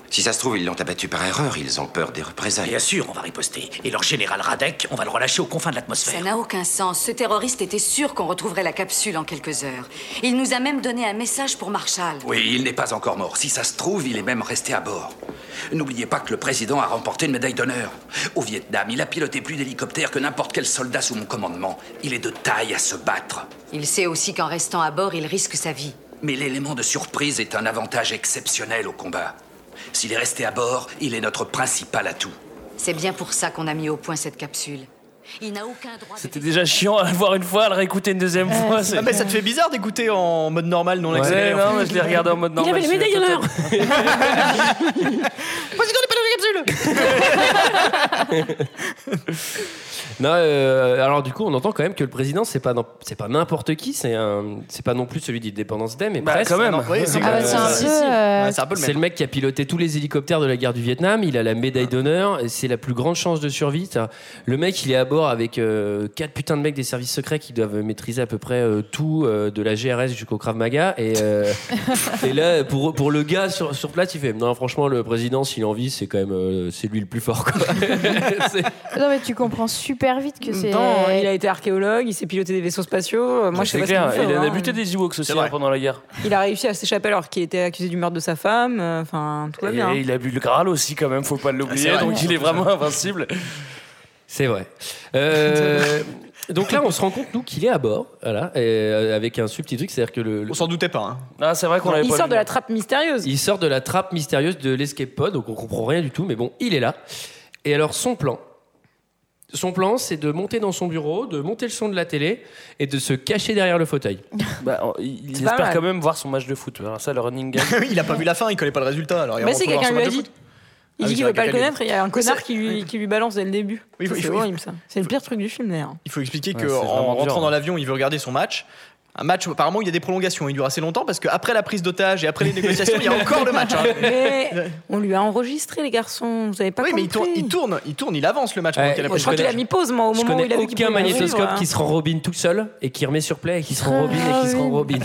B: Si ça se trouve, ils l'ont abattu par erreur, ils ont peur des représailles.
D: Bien sûr, on va riposter. Et leur général Radek, on va le relâcher aux confins de l'atmosphère.
N: Ça n'a aucun sens. Ce terroriste était sûr qu'on retrouverait la capsule en quelques heures. Il nous a même donné un message pour Marshall.
D: Oui, il n'est pas encore mort. Si ça se trouve, il est même resté à bord. N'oubliez pas que le président a remporté une médaille d'honneur. Au Vietnam, il a piloté plus d'hélicoptères que n'importe quel soldat sous mon commandement. Il est de taille à se battre.
N: Il sait aussi qu'en restant à bord, il risque sa vie.
D: Mais l'élément de surprise est un avantage exceptionnel au combat. S'il est resté à bord, il est notre principal atout.
N: C'est bien pour ça qu'on a mis au point cette capsule. Il n'a aucun droit.
K: C'était déjà chiant à le voir une fois, à le réécouter une deuxième fois.
F: Ah, mais ça te fait bizarre d'écouter en mode normal, non accéléré. en
K: non,
F: fait.
K: mais je l'ai regardé en mode
F: Il
K: normal.
F: avait les
K: celui-là,
F: médailles d'honneur.
K: peut-être.
A: Non, euh, alors du coup, on entend quand même que le président, c'est pas, non- c'est pas n'importe qui, c'est un- c'est pas non plus celui d'indépendance d'Aim, mais
K: Bah,
A: presque.
K: quand même. Ah, oui, c'est Ah, bah, quand c'est même. un peu, euh,
A: C'est le, mec qui a piloté tous les hélicoptères de la guerre du Vietnam. Il a la médaille d'honneur. et C'est la plus grande chance de survie. C'est-à-dire, Le mec, il est à bord avec euh, quatre putains de mecs des services secrets qui doivent maîtriser à peu près euh, tout, euh, de la GRS jusqu'au Krav Maga. Et, euh, et là, pour, pour le gars sur, sur place, il fait non, franchement, le président, s'il en vit, c'est quand même euh, c'est lui le plus fort. quoi.
L: Non, mais tu comprends super vite que c'est.
G: Non, il a été archéologue, il s'est piloté des vaisseaux spatiaux. euh, Moi, je sais
K: C'est
G: pas
K: clair,
G: ce qu'il
K: il
G: fait,
K: en a
G: hein.
K: buté des Ewoks aussi hein, pendant la guerre.
G: Il a réussi à s'échapper alors qu'il était accusé du meurtre de sa femme. euh, Enfin, tout va
K: Et
G: bien. hein.
K: il a bu le Graal aussi quand même, faut pas l'oublier,
A: Ah, c'est vrai.
K: donc il est vraiment invincible.
A: C'est vrai. Euh, donc là, on se rend compte, nous, qu'il est à bord, voilà, et, euh, avec un subtil truc, c'est-à-dire que le, On
F: s'en doutait pas.
G: hein.
K: Ah, c'est vrai qu'on l'avait
G: Il
K: pas
G: sort
K: vu.
G: de la trappe mystérieuse.
A: Il sort de la trappe mystérieuse de l'escape pod, donc on comprend rien du tout, mais bon, il est là. Et alors, son plan. Son plan, c'est de monter dans son bureau, de monter le son de la télé et de se cacher derrière le fauteuil.
K: Bah, il
A: C'est
K: il
A: pas
K: espère
A: mal.
K: quand même voir son match de foot. Alors ça, le running game.
F: il a pas vu la fin, il connaît pas le résultat. Alors
G: Bah, c'est quelqu'un lui a dit. Il
K: Ah
G: dit
K: oui,
G: qu'il
K: c'est
G: veut pas
K: vrai
G: le
K: qu'elle est-
G: connaître, et il y a un connard qui lui, qui lui balance dès le début.
F: Oui,
G: Ça,
F: oui,
G: c'est
F: oui.
G: horrible ça. C'est le pire truc du film d'ailleurs.
F: Il faut expliquer
K: Ouais,
F: que
K: c'est
F: qu'en
K: vraiment
F: rentrant
K: dur. hein.
F: dans l'avion, il veut regarder son match. Un match, apparemment, il y a des prolongations. Il dure assez longtemps parce qu'après la prise d'otage et après les négociations, il y a encore le match. hein.
G: Mais on lui a enregistré les garçons, vous avez pas
F: Oui, mais il tourne,
G: compris.
F: il tourne, il tourne, il avance le match. pendant
A: Ouais,
F: qu'il y a la
A: moi,
F: prise
A: je crois
F: d'otage.
A: qu'il
G: Il a mis pause moi au
A: Je
G: moment où
A: connais
G: il a vu qu'il
A: aucun
G: pouvait pas
A: magnétoscope
G: suivre, hein. Ah
A: qui se rembobine tout seul et qui remet sur play et qui se rembobine et qui se rembobine.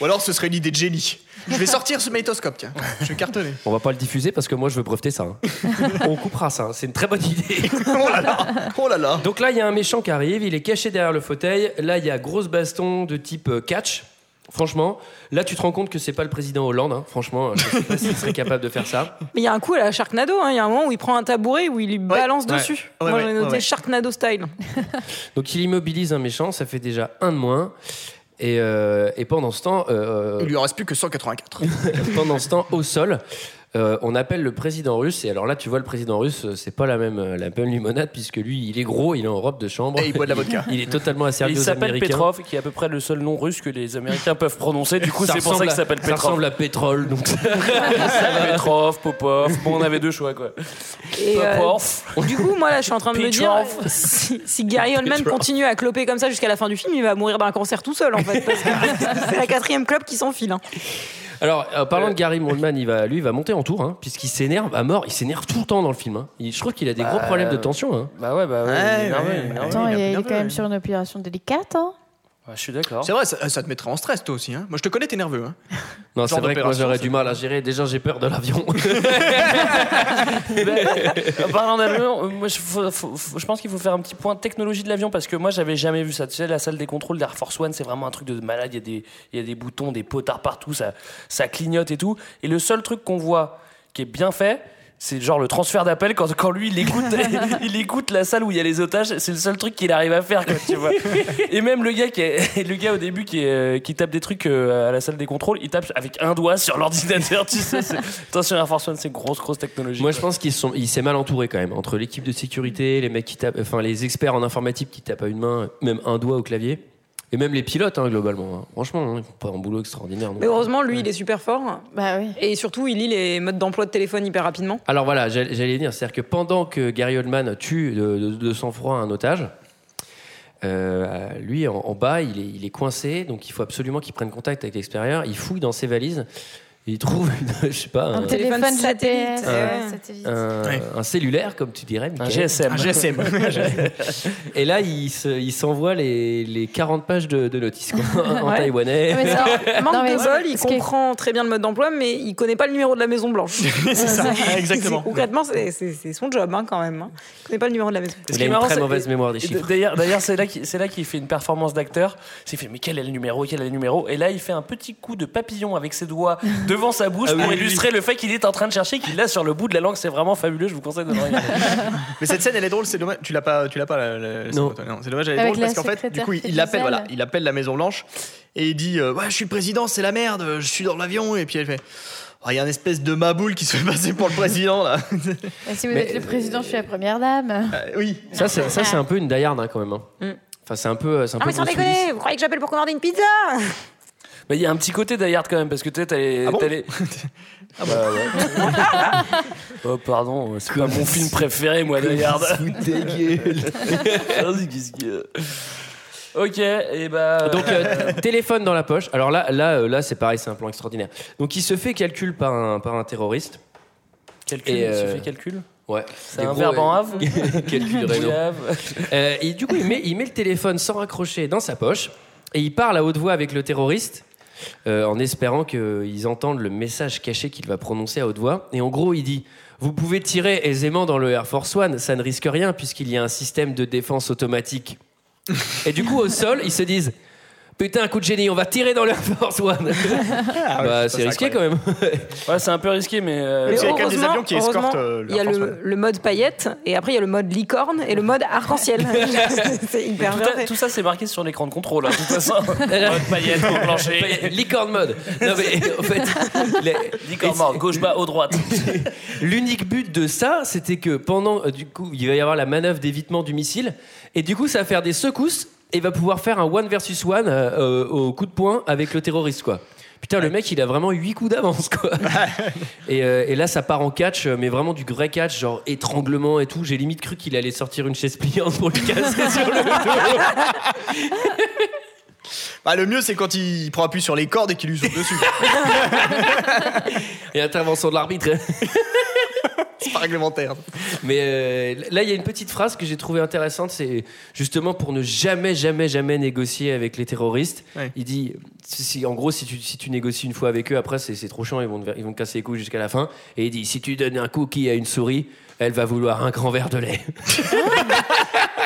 F: Ou alors, ce serait l'idée de génie. Je vais sortir ce magnétoscope, tiens. Je vais cartonner.
A: On va pas le diffuser parce que moi je veux breveter ça. hein. On coupera ça, hein. c'est une très bonne idée.
F: oh là là, oh là là.
A: Donc là, il y a un méchant qui arrive, il est caché derrière le fauteuil. Là, il y a grosse baston de type euh, catch. Franchement, là, tu te rends compte que c'est pas le président Hollande. hein. Franchement, je sais pas s'il serait capable de faire ça.
G: Mais il y a un coup à la Sharknado, hein, il y a un moment où il prend un tabouret où il lui balance
A: Ouais.
G: dessus.
A: Ouais,
G: Moi
A: ouais,
G: j'ai noté
A: ouais, ouais.
G: Sharknado style.
A: Donc il immobilise un méchant, ça fait déjà un de moins. Et, euh, et pendant ce temps, euh,
F: Il lui en reste plus que 184.
A: pendant ce temps, au sol, euh, on appelle le président russe. Et alors là, tu vois, le président russe, euh, c'est pas la même, euh, la même limonade, puisque lui, il est gros, il est en robe de chambre.
F: Et il boit de la vodka.
A: Il est totalement asservi
K: Il
A: aux
K: s'appelle
A: Américains.
K: Petrov, qui est à peu près le seul nom russe que les Américains peuvent prononcer. Du coup,
A: Ça
K: c'est pour ça
A: ressemble
K: qu'il
A: à-
K: s'appelle
A: Ça
K: Petrov.
A: ressemble à pétrole, donc
K: Petrov, Popov. Bon, on avait deux choix, quoi.
G: Et euh,
K: Popov.
G: du coup, moi là, je suis en train de me dire, euh,
K: Petrov.
G: si, si Gary Oldman
K: Petrov.
G: continue à cloper comme ça jusqu'à la fin du film, il va mourir d'un cancer tout seul en fait. parce que c'est la quatrième clope qui s'enfile. hein.
A: Alors, euh, parlant de Gary Oldman, il va, lui, il va monter en tour, hein, puisqu'il s'énerve à mort. Il s'énerve tout le temps dans le film. hein. Il- je trouve qu'il a des gros
K: Bah,
A: problèmes de tension. hein.
K: Bah ouais, bah ouais.
L: Attends, il, est- il est quand même sur une opération délicate, hein
K: je suis d'accord.
F: C'est vrai, ça, ça te mettrait en stress toi aussi. Hein moi je te connais, t'es nerveux. Hein
A: Non, c'est vrai
F: Genre
A: que moi
F: d'opération,
A: j'aurais
F: ça.
A: du mal à gérer. Déjà, j'ai peur de l'avion.
K: Eh ben, En parlant d'avion, euh, moi, je, faut- faut- faut- je pense qu'il faut faire un petit point technologie de l'avion parce que moi j'avais jamais vu ça. Tu sais, la salle des contrôles d'Air Force One, c'est vraiment un truc de malade. Il y, a des, il y a des boutons, des potards partout, ça, ça clignote et tout. Et le seul truc qu'on voit qui est bien fait, c'est genre le transfert d'appel quand, quand lui il écoute, il écoute la salle où il y a les otages. C'est le seul truc qu'il arrive à faire, quoi, tu vois. Et même le gars qui est, le gars au début qui, est, euh, qui tape des trucs euh, à la salle des contrôles, il tape avec un doigt sur l'ordinateur. Tu sais, c'est- attention Air Force One, c'est grosse grosse technologie.
A: Moi, je pense qu'ils sont, il s'est mal entouré quand même entre l'équipe de sécurité, les mecs qui tapent, enfin les experts en informatique qui tapent à une main, même un doigt au clavier, et même les pilotes hein, globalement. hein. Franchement, hein, ils font pas un boulot extraordinaire. non.
G: Mais heureusement, lui, il est super fort. Et surtout, il lit les modes d'emploi de téléphone hyper rapidement.
A: Alors voilà, j'allais j'allais dire, c'est-à-dire que pendant que Gary Oldman tue de, de- de sang-froid un otage, euh, lui en, en bas, il est, il est coincé, donc il faut absolument qu'il prenne contact avec l'extérieur. Il fouille dans ses valises, il trouve, une- je sais pas,
L: Un téléphone
G: téléphone
L: GPS,
A: un,
L: ouais, satellite.
A: un-
L: Ouais.
A: un cellulaire, comme tu dirais. Michael.
F: Ah,
K: GSM. Un GSM.
A: Et là, il se- il s'envoie les, les 40 pages de, de notices quoi, en
G: Ouais.
A: taïwanais.
G: Mais alors, manque
L: Non, mais
G: de bol, il
L: ce qui est-
G: comprend très bien le mode d'emploi, mais il connaît pas le numéro de la Maison Blanche. c'est
A: ça, exactement.
G: Concrètement, c'est- c'est c'est son job hein, quand même. hein. Il connaît pas le numéro de la Maison
A: Il a une très mauvaise mémoire des
K: Et d-
A: chiffres.
K: D'ailleurs, d'ailleurs, c'est là qu'il- c'est là qu'il fait une performance d'acteur. C'est fait, mais quel est le numéro Quel est le numéro Et là, il fait un petit coup de papillon avec ses doigts devant sa bouche
F: Ah oui,
K: pour
F: oui,
K: illustrer le fait qu'il est en train de chercher, qu'il l'a sur le bout de la langue. C'est vraiment fabuleux. Je vous conseille de le regarder.
F: Mais cette scène, elle est drôle, c'est dommage. Tu l'as pas, tu l'as pas. La, la- la-
K: Non.
F: c'est dommage, elle est
K: Avec
F: drôle
K: la
F: parce qu'en fait, du
K: secrétaire
F: coup, il, il
K: qui
F: appelle,
K: gèle.
F: voilà, il appelle la Maison Blanche et il dit, euh, ouais, je suis le président, c'est la merde, je suis dans l'avion. Et puis elle fait, Oh, il y a une espèce de maboule qui se fait passer pour le président là.
L: Bah, si vous
A: Mais-
L: êtes le président, je suis la première dame.
A: Ah
F: oui.
A: Ça, c'est ça, c'est un peu une die-hard hein, quand même. hein.
G: Mm.
A: Enfin, c'est un peu. euh, c'est un
G: Ah,
A: peu
G: mais sans
A: Bruce
G: déconner,
A: Willis.
G: vous croyez que j'appelle pour commander une pizza
K: Mais Bah, il y a un petit côté d'ailleurs quand même parce que tu sais, t'as les. t'as les- Bah, ouais. oh pardon, c'est pas mon film préféré moi d'ailleurs. Vas-y, qu'est-ce qu'il y a Ok, et bah.
A: Donc, euh, téléphone dans la poche. Alors là, là, euh, là c'est pareil, c'est un plan extraordinaire. Donc, il se fait calcul par un, par un terroriste.
K: Calcul,
A: Et,
K: il se
A: euh,
K: fait calcul
A: Ouais.
K: C'est
A: Des
K: un
A: gros,
K: verbe en
A: euh,
K: ave
A: Calcul Renault.
K: Ave.
A: Euh, et du coup, il met, il met le téléphone sans raccrocher dans sa poche et il parle à haute voix avec le terroriste euh, en espérant qu'ils entendent le message caché qu'il va prononcer à haute voix. Et en gros, il dit Vous pouvez tirer aisément dans le Air Force One, ça ne risque rien puisqu'il y a un système de défense automatique. et du coup, au sol, ils se disent Putain, coup de génie, on va tirer dans le Air Force
K: Ah
A: One.
F: Ah
A: bah, c'est risqué quand même.
K: Ouais, c'est un peu risqué, mais. euh,
G: Mais oh, heureusement- heureusement, Il y a le, le mode paillette, et après il y a le mode licorne et le mode arc-en-ciel. c'est hyper
K: Mais tout,
G: bien
K: ça-
G: fait.
K: tout ça, c'est marqué sur l'écran de contrôle, hein, de toute façon. Mode paillette au plancher.
A: Licorne mode. Non, mais en fait,
K: Licorne mode, gauche, bas, haut, droite.
A: L'unique but de ça, c'était que pendant, euh, du coup, il va y avoir la manœuvre d'évitement du missile, et du coup, ça va faire des secousses, et il va pouvoir faire un one versus one euh, euh, au coup de poing avec le terroriste, quoi. Putain, le mec, il a vraiment 8 coups d'avance, quoi. et, euh, et là, ça part en catch, euh, mais vraiment du vrai catch, genre étranglement et tout. J'ai limite cru qu'il allait sortir une chaise pliante pour lui casser sur le dos.
F: Bah, le mieux, c'est quand il prend appui sur les cordes et qu'il lui saute dessus.
A: Et intervention de l'arbitre.
F: c'est pas réglementaire.
A: Mais euh, là, il y a une petite phrase que j'ai trouvée intéressante. C'est justement pour ne jamais, jamais, jamais négocier avec les terroristes. Il dit, si- si- en gros, si tu, si tu négocies une fois avec eux, après, c'est c'est trop chiant, ils vont, te ver- ils vont te casser les couilles jusqu'à la fin. Et il dit, si tu donnes un cookie à une souris, elle va vouloir un grand verre de lait.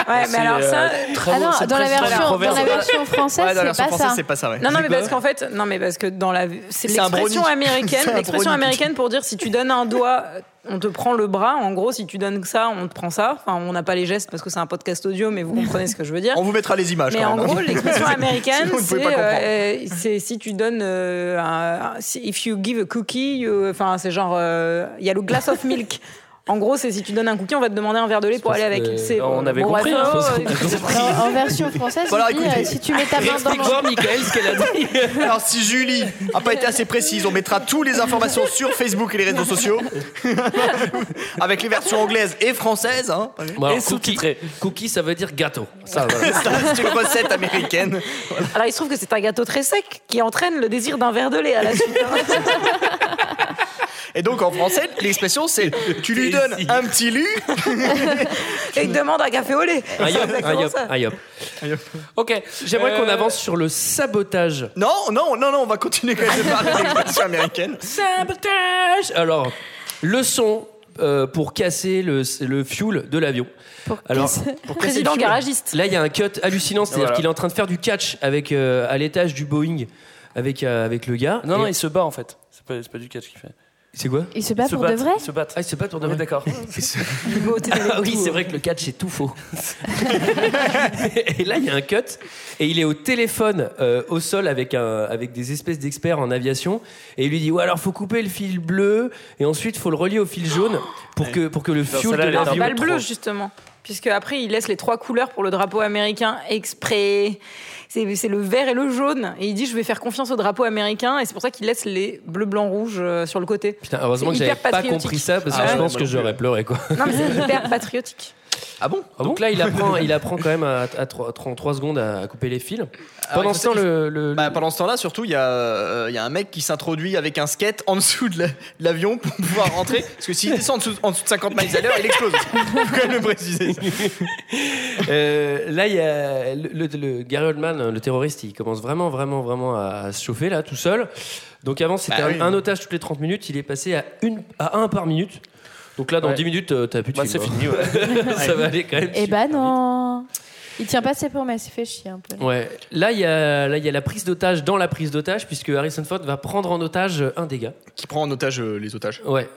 G: Ouais,
A: C'est,
G: mais alors ça.
A: euh, très Ah bon, non, c'est
L: dans la presque version- proverbe. dans la version française, Ouais, dans la c'est version pas française, ça. c'est
F: pas ça, ouais.
G: Non, non, mais
F: Bah.
G: parce qu'en fait, non, mais parce que dans la, c'est
F: C'est un
G: l'expression
F: brownie. C'est
G: américaine,
F: un
G: l'expression
F: brownie.
G: américaine pour dire si tu donnes un doigt, on te prend le bras. En gros, si tu donnes ça, on te prend ça. Enfin, on n'a pas les gestes parce que c'est un podcast audio, mais vous comprenez ce que je veux dire.
F: On vous mettra les images.
G: Mais
F: quand
G: en
F: même, hein.
G: gros, l'expression américaine,
F: Sinon, vous ne pouvez
G: c'est
F: pas comprendre.
G: euh, c'est si tu donnes euh, un- un- si- if you give a cookie, you- enfin c'est genre euh, il y a le glass of milk. En gros, c'est si tu donnes un cookie, on va te demander un verre de lait pour aller avec.
K: que-
G: C'est-
K: on avait compris,
G: bref, euh,
K: hein, je pense qu'on a
G: c'est-
K: compris.
L: En, en version française,
F: Voilà,
L: il dit,
F: écoutez.
L: euh, si tu mets ta main dans
A: Explique voir,
L: mon...
A: Michael, ce qu'elle a dit.
F: Alors, si Julie n'a pas été assez précise, on mettra toutes les informations sur Facebook et les réseaux sociaux. Avec les versions anglaises et françaises. Hein.
A: Bon, alors,
F: Et sous-
A: cookie, cookie, ça veut dire gâteau. Ça, voilà.
F: C'est une recette américaine.
G: Alors il se trouve hein, que c'est un gâteau très sec qui entraîne le désir d'un verre de lait à la suite.
F: Et donc en français, l'expression c'est tu lui donnes un petit lu
G: et il demande un café au lait.
A: Aïe,
G: C'est
A: hop,
G: exactement
A: aïe, hop,
G: ça.
A: aïe, hop.
K: Ok.
A: J'aimerais
K: Euh,
A: qu'on avance sur le sabotage.
F: Non, non, non, non, on va continuer quand même de parler de l'expression américaine.
A: Sabotage Alors, le son euh, pour casser le, le fuel de l'avion.
L: Pour
G: casser- Pour casser Président le fuel. garagiste.
A: Là, il y a un cut hallucinant, c'est-à-dire
K: Voilà.
A: qu'il est en train de faire du catch avec, euh, à l'étage du Boeing avec, euh, avec le gars.
K: Non, non,
A: Et-
K: il se bat en fait. C'est pas, c'est pas du catch qu'il fait.
A: c'est quoi
L: Il se bat
K: Ils se
L: Bah, pour
K: battent,
L: de vrai
K: Ils se battent.
A: Ah, il se bat pour de
K: Oui,
A: vrai.
K: d'accord.
A: Ah oui, c'est vrai que le catch c'est tout faux. et là, il y a un cut et il est au téléphone euh, au sol avec un avec des espèces d'experts en aviation et il lui dit ouais alors faut couper le fil bleu et ensuite faut le relier au fil jaune pour que pour que le
K: Putain,
A: fuel de
K: celle-là, elle est
A: l'avion.
G: C'est pas le bleu justement. Puisque après, il laisse les trois couleurs pour le drapeau américain exprès. C'est c'est le vert et le jaune. Et il dit, je vais faire confiance au drapeau américain. Et c'est pour ça qu'il laisse les bleu, blanc, rouge euh, sur le côté.
A: Putain, heureusement que
G: C'est
A: j'avais
G: hyper
A: pas
G: patriotique.
A: compris ça parce que
G: Ah
A: je
G: ouais,
A: pense
G: moi
A: que
G: non
A: j'aurais pleuré quoi.
G: Non, mais c'est hyper patriotique.
A: Ah bon Donc là, il apprend il apprend quand même à, à 3, secondes à couper les
K: Ah
A: fils. Pendant ce temps, le
F: Bah, pendant ce temps-là, surtout, il y, a, euh, il y a un mec qui s'introduit avec un skate en dessous de la- de l'avion pour pouvoir rentrer. Parce que s'il descend en dessous, en dessous de 50 miles à l'heure, il explose. Faut quand même le préciser.
A: Euh, là, il y a le, le- le Gary Oldman, le terroriste, il commence vraiment, vraiment, vraiment à, à se chauffer là, tout seul. Donc avant, c'était
K: Bah
A: un,
K: oui.
A: un otage toutes les 30 minutes. Il est passé à, une, à un par minute. Donc là, dans
K: Ouais.
A: 10 minutes, euh, t'as plus de
K: Bah,
A: film,
K: c'est
A: hein.
K: fini, ouais.
A: Ça va aller quand même.
L: Eh ben non Il tient pas ses promesses, il fait chier un peu.
A: Ouais. Là, il y a, là, il y a la prise d'otage dans la prise d'otage, puisque Harrison Ford va prendre en otage euh, un des gars.
F: Qui prend en otage euh, les otages.
A: Ouais.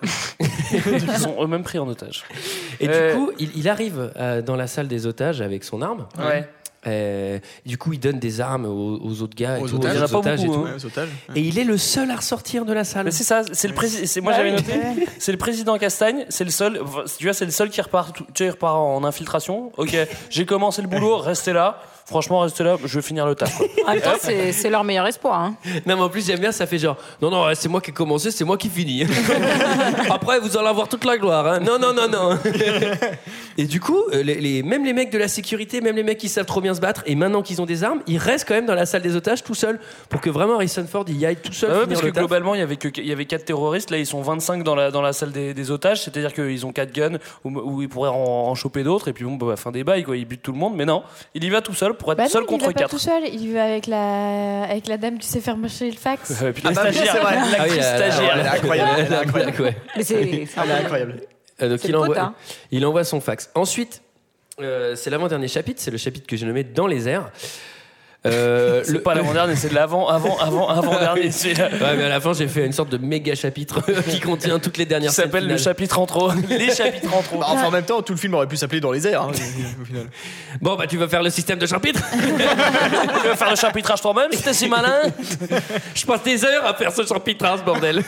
K: Ils sont eux-mêmes pris en otage.
A: Et
K: Euh,
A: du coup, il, il arrive euh, dans la salle des otages avec son arme.
K: Ouais.
A: Euh, du coup, il donne des armes aux, aux autres gars et
F: Aux
A: tout, aux
F: otages. Il y en a pas
A: otages et
F: beaucoup,
A: tout.
F: hein. Ouais, aux otages, ouais.
A: Et il est le seul à ressortir de la salle.
K: Mais c'est ça, c'est le président. C'est moi
A: Bah
K: j'avais
A: oui.
K: noté. C'est le président Castagne. C'est le seul. enfin, Tu vois, c'est le seul qui repart. tout- Tu sais, il repart en infiltration. Ok, j'ai commencé le boulot. Restez là. Franchement, restez là. Je vais finir le taf. quoi.
G: En même temps, c'est c'est leur meilleur espoir. hein.
A: Non, mais en plus, j'aime bien, ça fait genre, non, non, c'est moi qui ai commencé, c'est moi qui finis. Après, vous allez avoir toute la gloire. hein. Non, non, non, non. et du coup, euh, les, les- même les mecs de la sécurité, même les mecs qui savent trop bien se battre, et maintenant qu'ils ont des armes, ils restent quand même dans la salle des otages tout seuls pour que vraiment Harrison Ford il y aille tout seul.
K: Bah ouais,
A: finir
K: parce que
A: le taf.
K: globalement, il y avait que il y avait quatre terroristes. Là, ils sont 25 dans la dans la salle des, des otages. C'est-à-dire qu'ils ont quatre guns où, où ils pourraient en, en choper d'autres. Et puis bon, bah, fin des bails quoi. Ils butent tout le monde. Mais non, il y va tout seul pour être
L: Bah non,
K: seul
L: il
K: contre
L: va pas
K: quatre.
L: tout seul, il va avec la, avec la dame qui sait faire marcher le fax.
K: Ouais, puis la
A: Ah bah oui,
K: stagiaire,
A: c'est vrai. Ah oui,
K: l'actrice
A: elle a-
K: stagiaire.
A: elle a- elle a- incroyable, elle a- incroyable, ouais.
G: Mais c'est- c'est
F: Elle est incroyable.
A: Euh, donc
G: C'est
A: il
G: le
A: envoie,
G: quota.
A: il envoie son fax. Ensuite, euh, c'est l'avant-dernier chapitre, c'est le chapitre que j'ai nommé Dans les airs. Euh,
K: C'est pas l'avant-dernier, c'est l'avant, avant, avant, euh, avant-dernier. celui-là.
A: Ouais, mais à la fin, j'ai fait une sorte de méga chapitre qui contient toutes les dernières
K: Qui s'appelle
A: scènes
K: le
A: finales.
K: chapitre en trop. Les chapitres en trop.
F: Bah, enfin, en même temps, tout le film aurait pu s'appeler Dans les airs. hein, au final.
A: Bon, bah, tu vas faire le système de chapitre
K: Tu veux faire le chapitrage toi-même, c'était si malin
A: Je passe des heures à faire ce champitrage, bordel.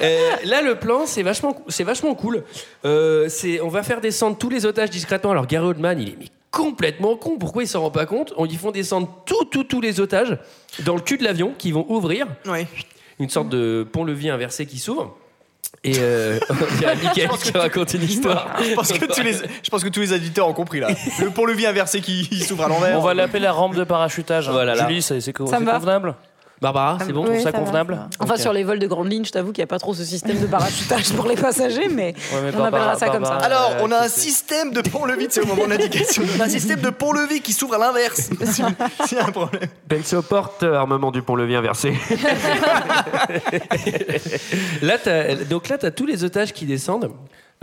A: Euh, là, le plan, c'est vachement, c'est vachement cool. Euh, c'est, on va faire descendre tous les otages discrètement. Alors, Gary Oldman, il est mais complètement con. Pourquoi il s'en rend pas compte On y font descendre tous, tous, tous les otages dans le cul de l'avion qui vont ouvrir
F: Ouais.
A: une sorte de pont-levis inversé qui s'ouvre. Et euh, il y a Michael qui raconte une histoire.
F: Je pense, que tous les, je pense que tous les auditeurs ont compris là. Le pont-levis inversé qui il s'ouvre à l'envers.
K: On va l'appeler la rampe de parachutage. hein.
A: Voilà, là.
K: Julie, c'est c'est co-
G: Ça me
K: c'est
G: va.
K: convenable
A: Barbara, c'est bon
K: trouve
G: Oui, ça
K: ça
G: va,
K: convenable
G: ça va. Enfin, sur les vols de grande ligne, je t'avoue qu'il n'y a pas trop ce système de parachutage pour les passagers, mais,
K: Ouais, mais
G: on
K: Barbara-
G: appellera ça comme ça.
K: Barbara-
F: Alors,
K: Euh,
F: on a un
K: qu'est-ce que-
F: système de pont-levis, c'est au moment de l'indication. On a un système de pont-levis qui s'ouvre à l'inverse. C'est c'est un problème.
A: Penso porte euh, armement du pont-levis inversé. là, t'as- donc là, t'as tous les otages qui descendent.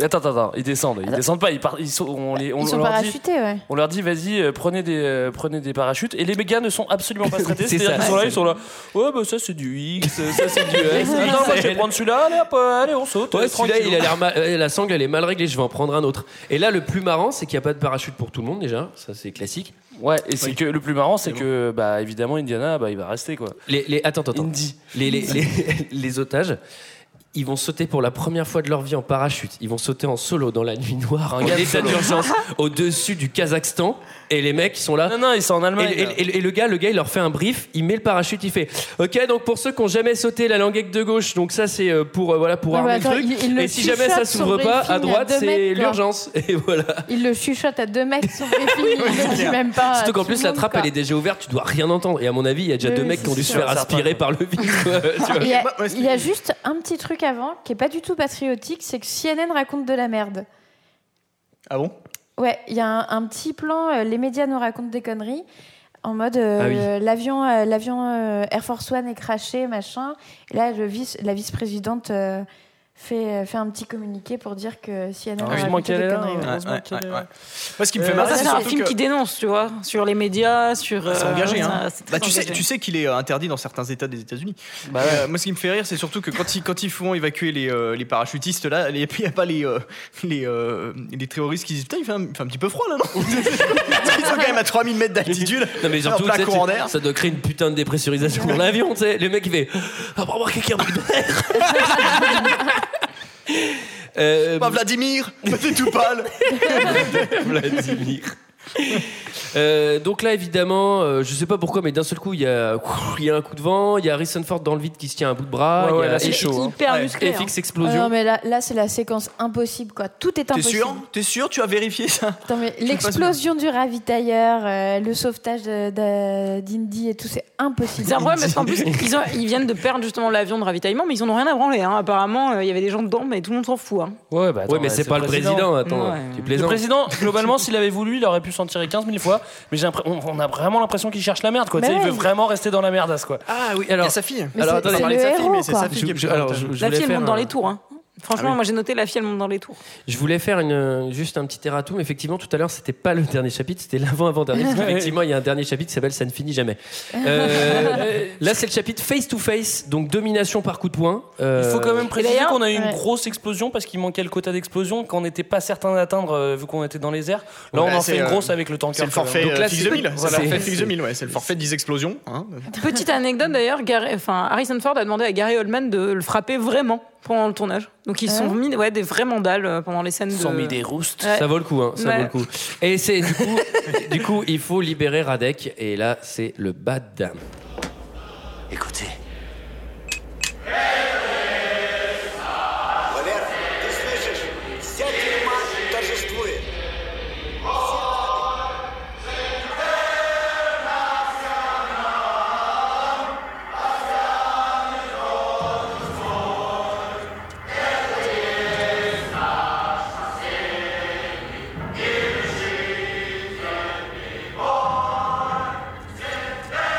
K: Attends, attends, attends, ils descendent, ils descendent pas, ils partent, ils sont, on, les, on
L: Ils sont
K: leur dit,
L: parachutés, ouais.
K: on leur dit vas-y, euh, prenez des, euh, prenez des parachutes, et les gars ne sont absolument pas traités,
A: C'est
K: c'est-à-dire
A: ça.
K: qu'ils sont là,
A: Ouais,
K: ils sont là, ouais, bah ça c'est du X, ça c'est du S,
A: C'est
K: attends, moi je
A: Excel.
K: vais prendre celui-là, allez, hop, euh, allez, on saute,
A: Ouais,
K: euh,
A: celui-là,
K: tranquille.
A: il a l'air mal- euh, la sangle, elle est mal réglée, je vais en prendre un autre. Et là, le plus marrant, c'est qu'il n'y a pas de parachute pour tout le monde, déjà. Ça, c'est classique.
K: Ouais, et c'est que le plus marrant, c'est que, bah évidemment, Indiana, bah il va rester quoi.
A: Les, les- attends, attends, attends.
K: Indy.
A: Les, les, les, les otages, ils- ils vont sauter pour la première fois de leur vie en parachute. Ils vont sauter en solo dans la nuit noire,
K: En
A: en état
K: solo.
A: d'urgence, au-dessus du Kazakhstan. Et les mecs sont là.
K: Non, non, ils sont en Allemagne.
A: Et,
K: là.
A: et- et- et le gars, le gars, il leur fait un brief. Il met le parachute. Il fait OK. Donc pour ceux qui ont jamais sauté la languette de gauche, donc ça c'est euh, pour euh, voilà pour
L: Non,
A: armer
L: Ah, mais attends,
A: le truc.
L: il- il le
A: et si jamais ça
L: chuchote, son
A: s'ouvre pas
L: briefing à
A: à droite,
L: deux
A: c'est
L: mètres, quoi.
A: l'urgence. Et voilà.
L: Il le chuchote à deux mecs son briefing, il le dit même pas. à
A: Surtout qu'en
L: Ah, tout
A: plus
L: le
A: la
L: monde,
A: trappe
L: quoi.
A: elle est déjà ouverte, tu dois rien entendre. Et à mon avis, il y a déjà
L: Oui,
A: deux
L: oui,
A: mecs qui ont
L: c'est
A: dû se
L: sûr,
A: faire
L: certain.
A: aspirer par le vide. quoi, tu vois.
L: Il y, a, il y a juste un petit truc avant qui est pas du tout patriotique, c'est que CNN raconte de la merde.
F: Ah bon
L: Ouais, il y a un, un petit plan, euh, les médias nous racontent des conneries, en mode
A: Ah
L: euh, l'avion euh, l'avion euh, Air Force One est craché, machin. Et là, le vice, la vice-présidente euh, fait, fait un petit communiqué pour dire que CNN
A: Ah
L: a
K: Heureusement
L: raconté
K: qu'elle
L: des
K: est là,
L: conneries.
A: hein.
K: ouais.
L: heureusement
K: Ouais,
L: qu'elle euh,
K: ouais,
L: est
K: ouais.
L: là.
F: Moi, ce qui me fait
G: Euh,
F: marrer,
G: ça,
F: c'est
G: c'est un
F: surtout
G: film
F: que-
G: qui dénonce, tu vois, sur les médias, sur.
F: C'est
G: euh,
F: engagé, hein.
G: ça, c'est très
F: Bah, tu, sais,
G: engagé.
F: tu sais qu'il est euh, interdit dans certains États des États-Unis.
K: Bah
F: Euh, moi, ce qui me fait rire, c'est surtout que quand ils, quand ils font évacuer les, euh, les parachutistes, là, il n'y a pas les, euh, les, euh, les terroristes qui disent Putain, il fait, un, il fait un petit peu froid là, non Ils sont quand même à 3000 mètres d'altitude.
A: Non mais surtout,
F: en plein
A: tu sais,
F: courant
A: tu-
F: d'air.
A: ça doit créer une putain de dépressurisation dans l'avion, tu sais. Le mec il fait Ah, pour avoir quelqu'un de l'air. Euh,
F: Bah, Vladimir, t'es tout pâle.
A: Vladimir. Euh, donc là, évidemment, euh, je sais pas pourquoi, mais d'un seul coup, il y a, il y a un coup de vent, il y a Harrison Ford dans le vide qui se tient à bout de bras.
K: Ouais,
A: il y
K: ouais,
A: a-
K: là, c'est
A: et-
K: chaud, hein.
L: Hyper
A: Ouais.
L: musclé,
A: Et fixe explosion.
L: Ah non, mais là, là c'est la séquence impossible, quoi. Tout est
F: T'es
L: impossible.
F: sûr T'es sûr Tu as vérifié ça
L: Attends, mais
F: suis pas
L: l'explosion du ravitailleur, euh, le sauvetage de- de- d'Indy et tout, c'est impossible.
G: C'est un problème parce qu'en plus, ils, ont- ils viennent de perdre justement l'avion de ravitaillement, mais ils en ont rien à branler. hein. Apparemment, euh, il y avait des gens dedans, mais tout le monde s'en fout. hein.
K: Ouais, bah, attends,
A: Ouais, mais c'est pas le président, attends,
K: Ouais.
A: tu plaisantes.
K: Le président, globalement, s'il avait voulu, il aurait pu s'en tirer 15 000 fois. Mais j'ai l'impr- on, on a vraiment l'impression qu'il cherche la merde, quoi.
A: Mais
K: Tu sais, Il
A: ouais,
K: veut
A: il-
K: vraiment rester dans la merdasse, quoi.
A: Ah oui, alors.
F: sa fille.
A: alors, attendez,
F: on parlait de sa fille, mais c'est sa fille qui est
A: Je- je- alors, je- je
G: la
A: voulais
G: fille, elle
A: faire
G: monte dans
A: un-
G: les tours. hein. Franchement,
A: Ah oui.
G: moi j'ai noté la fille, elle monte dans les tours.
A: Je voulais faire une, juste un petit erratum. Effectivement, tout à l'heure, c'était pas le dernier chapitre, c'était l'avant-avant-dernier. Parce qu'effectivement, il y a un dernier chapitre qui s'appelle Ça ne finit jamais. Euh, là, c'est le chapitre face-to-face, donc domination par coup de poing. Euh,
K: Il faut quand même préciser qu'on a eu une
L: ouais.
K: grosse explosion parce qu'il manquait le quota d'explosion qu'on n'était pas certain d'atteindre euh, vu qu'on était dans les airs. Là,
F: Ouais,
K: on en
F: c'est,
K: fait une
F: euh,
K: grosse avec le tanker.
F: C'est le forfait
K: Donc là,
F: euh, fixe
K: c'est-
F: 2000. C'est le
K: voilà.
F: forfait fixe 2000, ouais. C'est le forfait 10 explosions. hein.
G: Petite anecdote d'ailleurs, Gary- enfin, Harrison Ford a demandé à Gary Oldman de le frapper vraiment pendant le tournage. Donc ils se
L: Ah
G: sont mis ouais, des vrais mandales euh, pendant les scènes de.
K: Ils sont mis des roustes.
G: Ouais.
A: Ça vaut le coup, hein, ça
G: Ouais.
A: vaut le coup. Et c'est du coup, du coup, il faut libérer Radek. Et là, c'est le bad.
D: Écoutez.
O: Валера, ты слышишь? Вся тюрьма торжествует.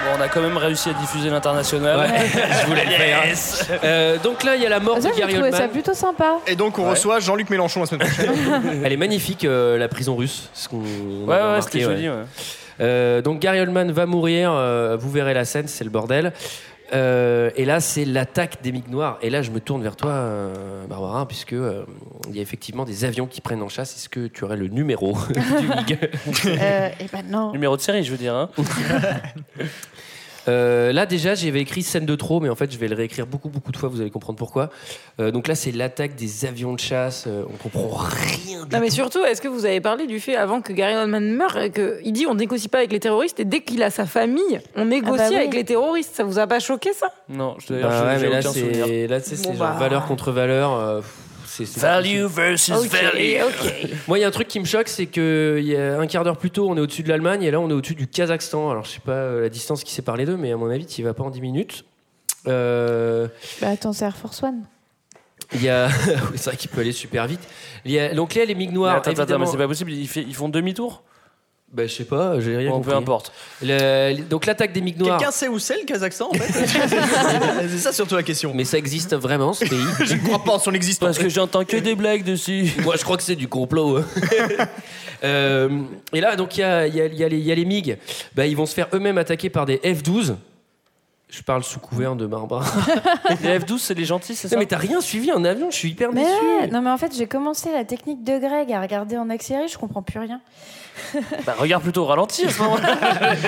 K: Bon, on a quand même réussi à diffuser l'international.
A: Ouais, je voulais le faire. Euh, donc là, il y a la
K: Ah,
A: mort
L: Ah, Ça,
A: de
L: j'ai
A: Gary
L: trouvé ça
A: Oldman.
L: plutôt sympa.
F: Et donc, on
A: Ouais.
F: reçoit Jean-Luc Mélenchon la semaine prochaine.
A: Elle est magnifique, euh, la prison russe. Ce qu'on on
K: Ouais,
A: avait
K: ouais,
A: remarqué,
K: c'était joli. ouais.
A: Euh, donc Gary Oldman va mourir, euh, vous verrez la scène, c'est le bordel. Euh, et là, c'est l'attaque des MiG noirs. Et là, je me tourne vers toi, euh, Barbara, puisque euh, il y a effectivement des avions qui prennent en chasse. Est-ce que tu aurais le numéro du MiG
L: Euh, et ben non.
K: Numéro de série, je veux dire. hein.
A: Euh, là déjà j'avais écrit scène de trop mais en fait je vais le réécrire beaucoup beaucoup de fois vous allez comprendre pourquoi Euh, donc là c'est l'attaque des avions de chasse euh, on comprend rien
G: Non mais surtout, est-ce que vous avez parlé du fait avant que Gary Oldman meure qu'il dit on négocie pas avec les terroristes et dès qu'il a sa famille, on négocie
L: Ah bah oui.
G: avec les terroristes. Ça vous a pas choqué ça
K: Non,
A: Bah
K: je d'ailleurs, je-
A: ouais,
K: j'ai
A: mais là
K: aucun souvenir.
A: c'est là, tu sais, c'est
G: Bon,
A: genre
G: bah.
A: valeur contre valeur euh, pff, c'est- c'est-
K: Value versus
G: Ok,
K: value.
G: ok.
A: Moi, il y a un truc qui me choque, c'est que il y a un quart d'heure plus tôt, on est au-dessus de l'Allemagne et là, on est au-dessus du Kazakhstan. Alors, je sais pas euh, la distance qui sépare les deux, mais à mon avis, tu vas pas en 10 minutes. Euh,
L: Bah attends, c'est Air Force One.
A: Il y a, oui, c'est vrai qu'il peut aller super vite. Il y a- donc là, les MiG
K: Mais
A: noirs.
K: attends, attends,
A: évidemment-
K: mais c'est pas possible. Ils, fait- ils font demi-tour
A: Bah, je sais pas, j'ai rien
K: Bon,
A: compris.
K: peu importe.
A: Le- donc l'attaque des MiG noirs.
F: Quelqu'un sait où c'est le Kazakhstan en fait C'est ça surtout la question.
A: Mais ça existe vraiment ce pays
F: Je ne crois pas en son existence.
K: Parce que j'entends que des blagues dessus.
A: Moi, je crois que c'est du complot. hein. Euh, et là, donc, il y a, il y a- il y a les, il y a les MiG. Bah, ils vont se faire eux-mêmes attaquer par des F-12. Je parle sous couvert de Barbara.
K: Les F-12, c'est les gentils, c'est ça
A: mais t'as rien suivi en avion, je suis hyper
L: Mais
A: déçu.
L: ouais, non, mais en fait, j'ai commencé la technique de Greg à regarder en accéléré, je comprends plus rien.
K: Bah, regarde plutôt au ralenti à ce moment-là.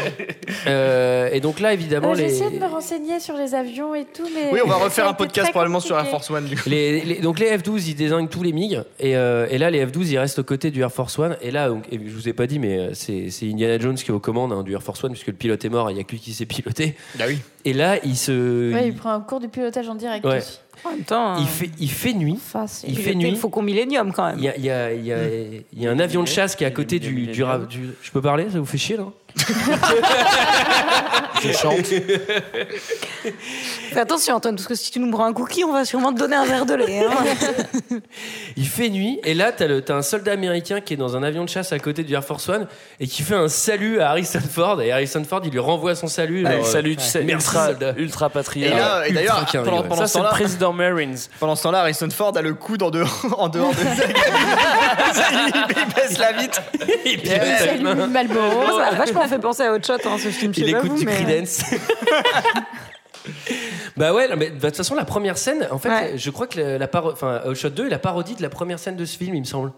A: Euh, et donc là, évidemment,
L: Euh, J'ai
A: les,
L: essayé de me renseigner sur les avions et tout, mais.
A: Oui, on va
L: ça a
A: refaire un
L: été
A: podcast
L: très
A: probablement sur
L: compliqué.
A: Air Force les- les- donc les F-12, ils désignent tous les MiG. Et, euh, et là, les F-12, ils restent aux côtés du Air Force One. Et là, donc, et je vous ai pas dit, mais euh, c'est c'est Indiana Jones qui est aux commandes hein, du Air Force One, puisque le pilote est mort et il n'y a que lui qui sait piloter. Et là, il se.
L: Ouais,
A: il-
L: il prend un cours de pilotage en direct.
A: ouais.
L: aussi.
G: euh,
A: Il fait, il fait nuit. il
G: il
A: fait
G: était
A: nuit.
G: le Faucon Millenium, quand même.
A: Il y a, il y a- il y a- il y a un avion de chasse qui est à côté du, du, ra- du- Je peux parler Ça vous fait chier, là Je chante.
G: Fais attention, Antoine, parce que si tu nous prends un cookie, on va sûrement te donner un verre de lait. hein.
A: Il fait nuit et là t'as, le- t'as un soldat américain qui est dans un avion de chasse à côté du Air Force One et qui fait un salut à Harrison Ford et Harrison Ford il lui renvoie son salut.
K: Ouais,
A: genre,
K: Ah, salut,
A: euh,
K: tu sais,
A: merci,
K: ultra,
A: soldat.
K: ultra patriote.
F: Et là, et d'ailleurs,
A: ultra carré,
F: pendant,
A: ouais.
F: pendant
A: Ça,
F: ce
A: c'est le
F: temps-là,
K: président Marines.
F: Pendant ce temps-là, Harrison Ford a le coude en dehors, en dehors de il, il baisse la vitre.
A: il
L: euh,
G: Moi, ça m'a vachement fait penser à Hot Shot, hein, ce film. je
A: Il
G: sais pas
A: écoute
G: vous,
A: du
G: mais-
A: Creedence. Bah ouais, non, mais de toute façon la première scène, en fait, je crois que la, la paro- enfin, Hot Shot 2 est la parodie de la première scène de ce film, il me semble.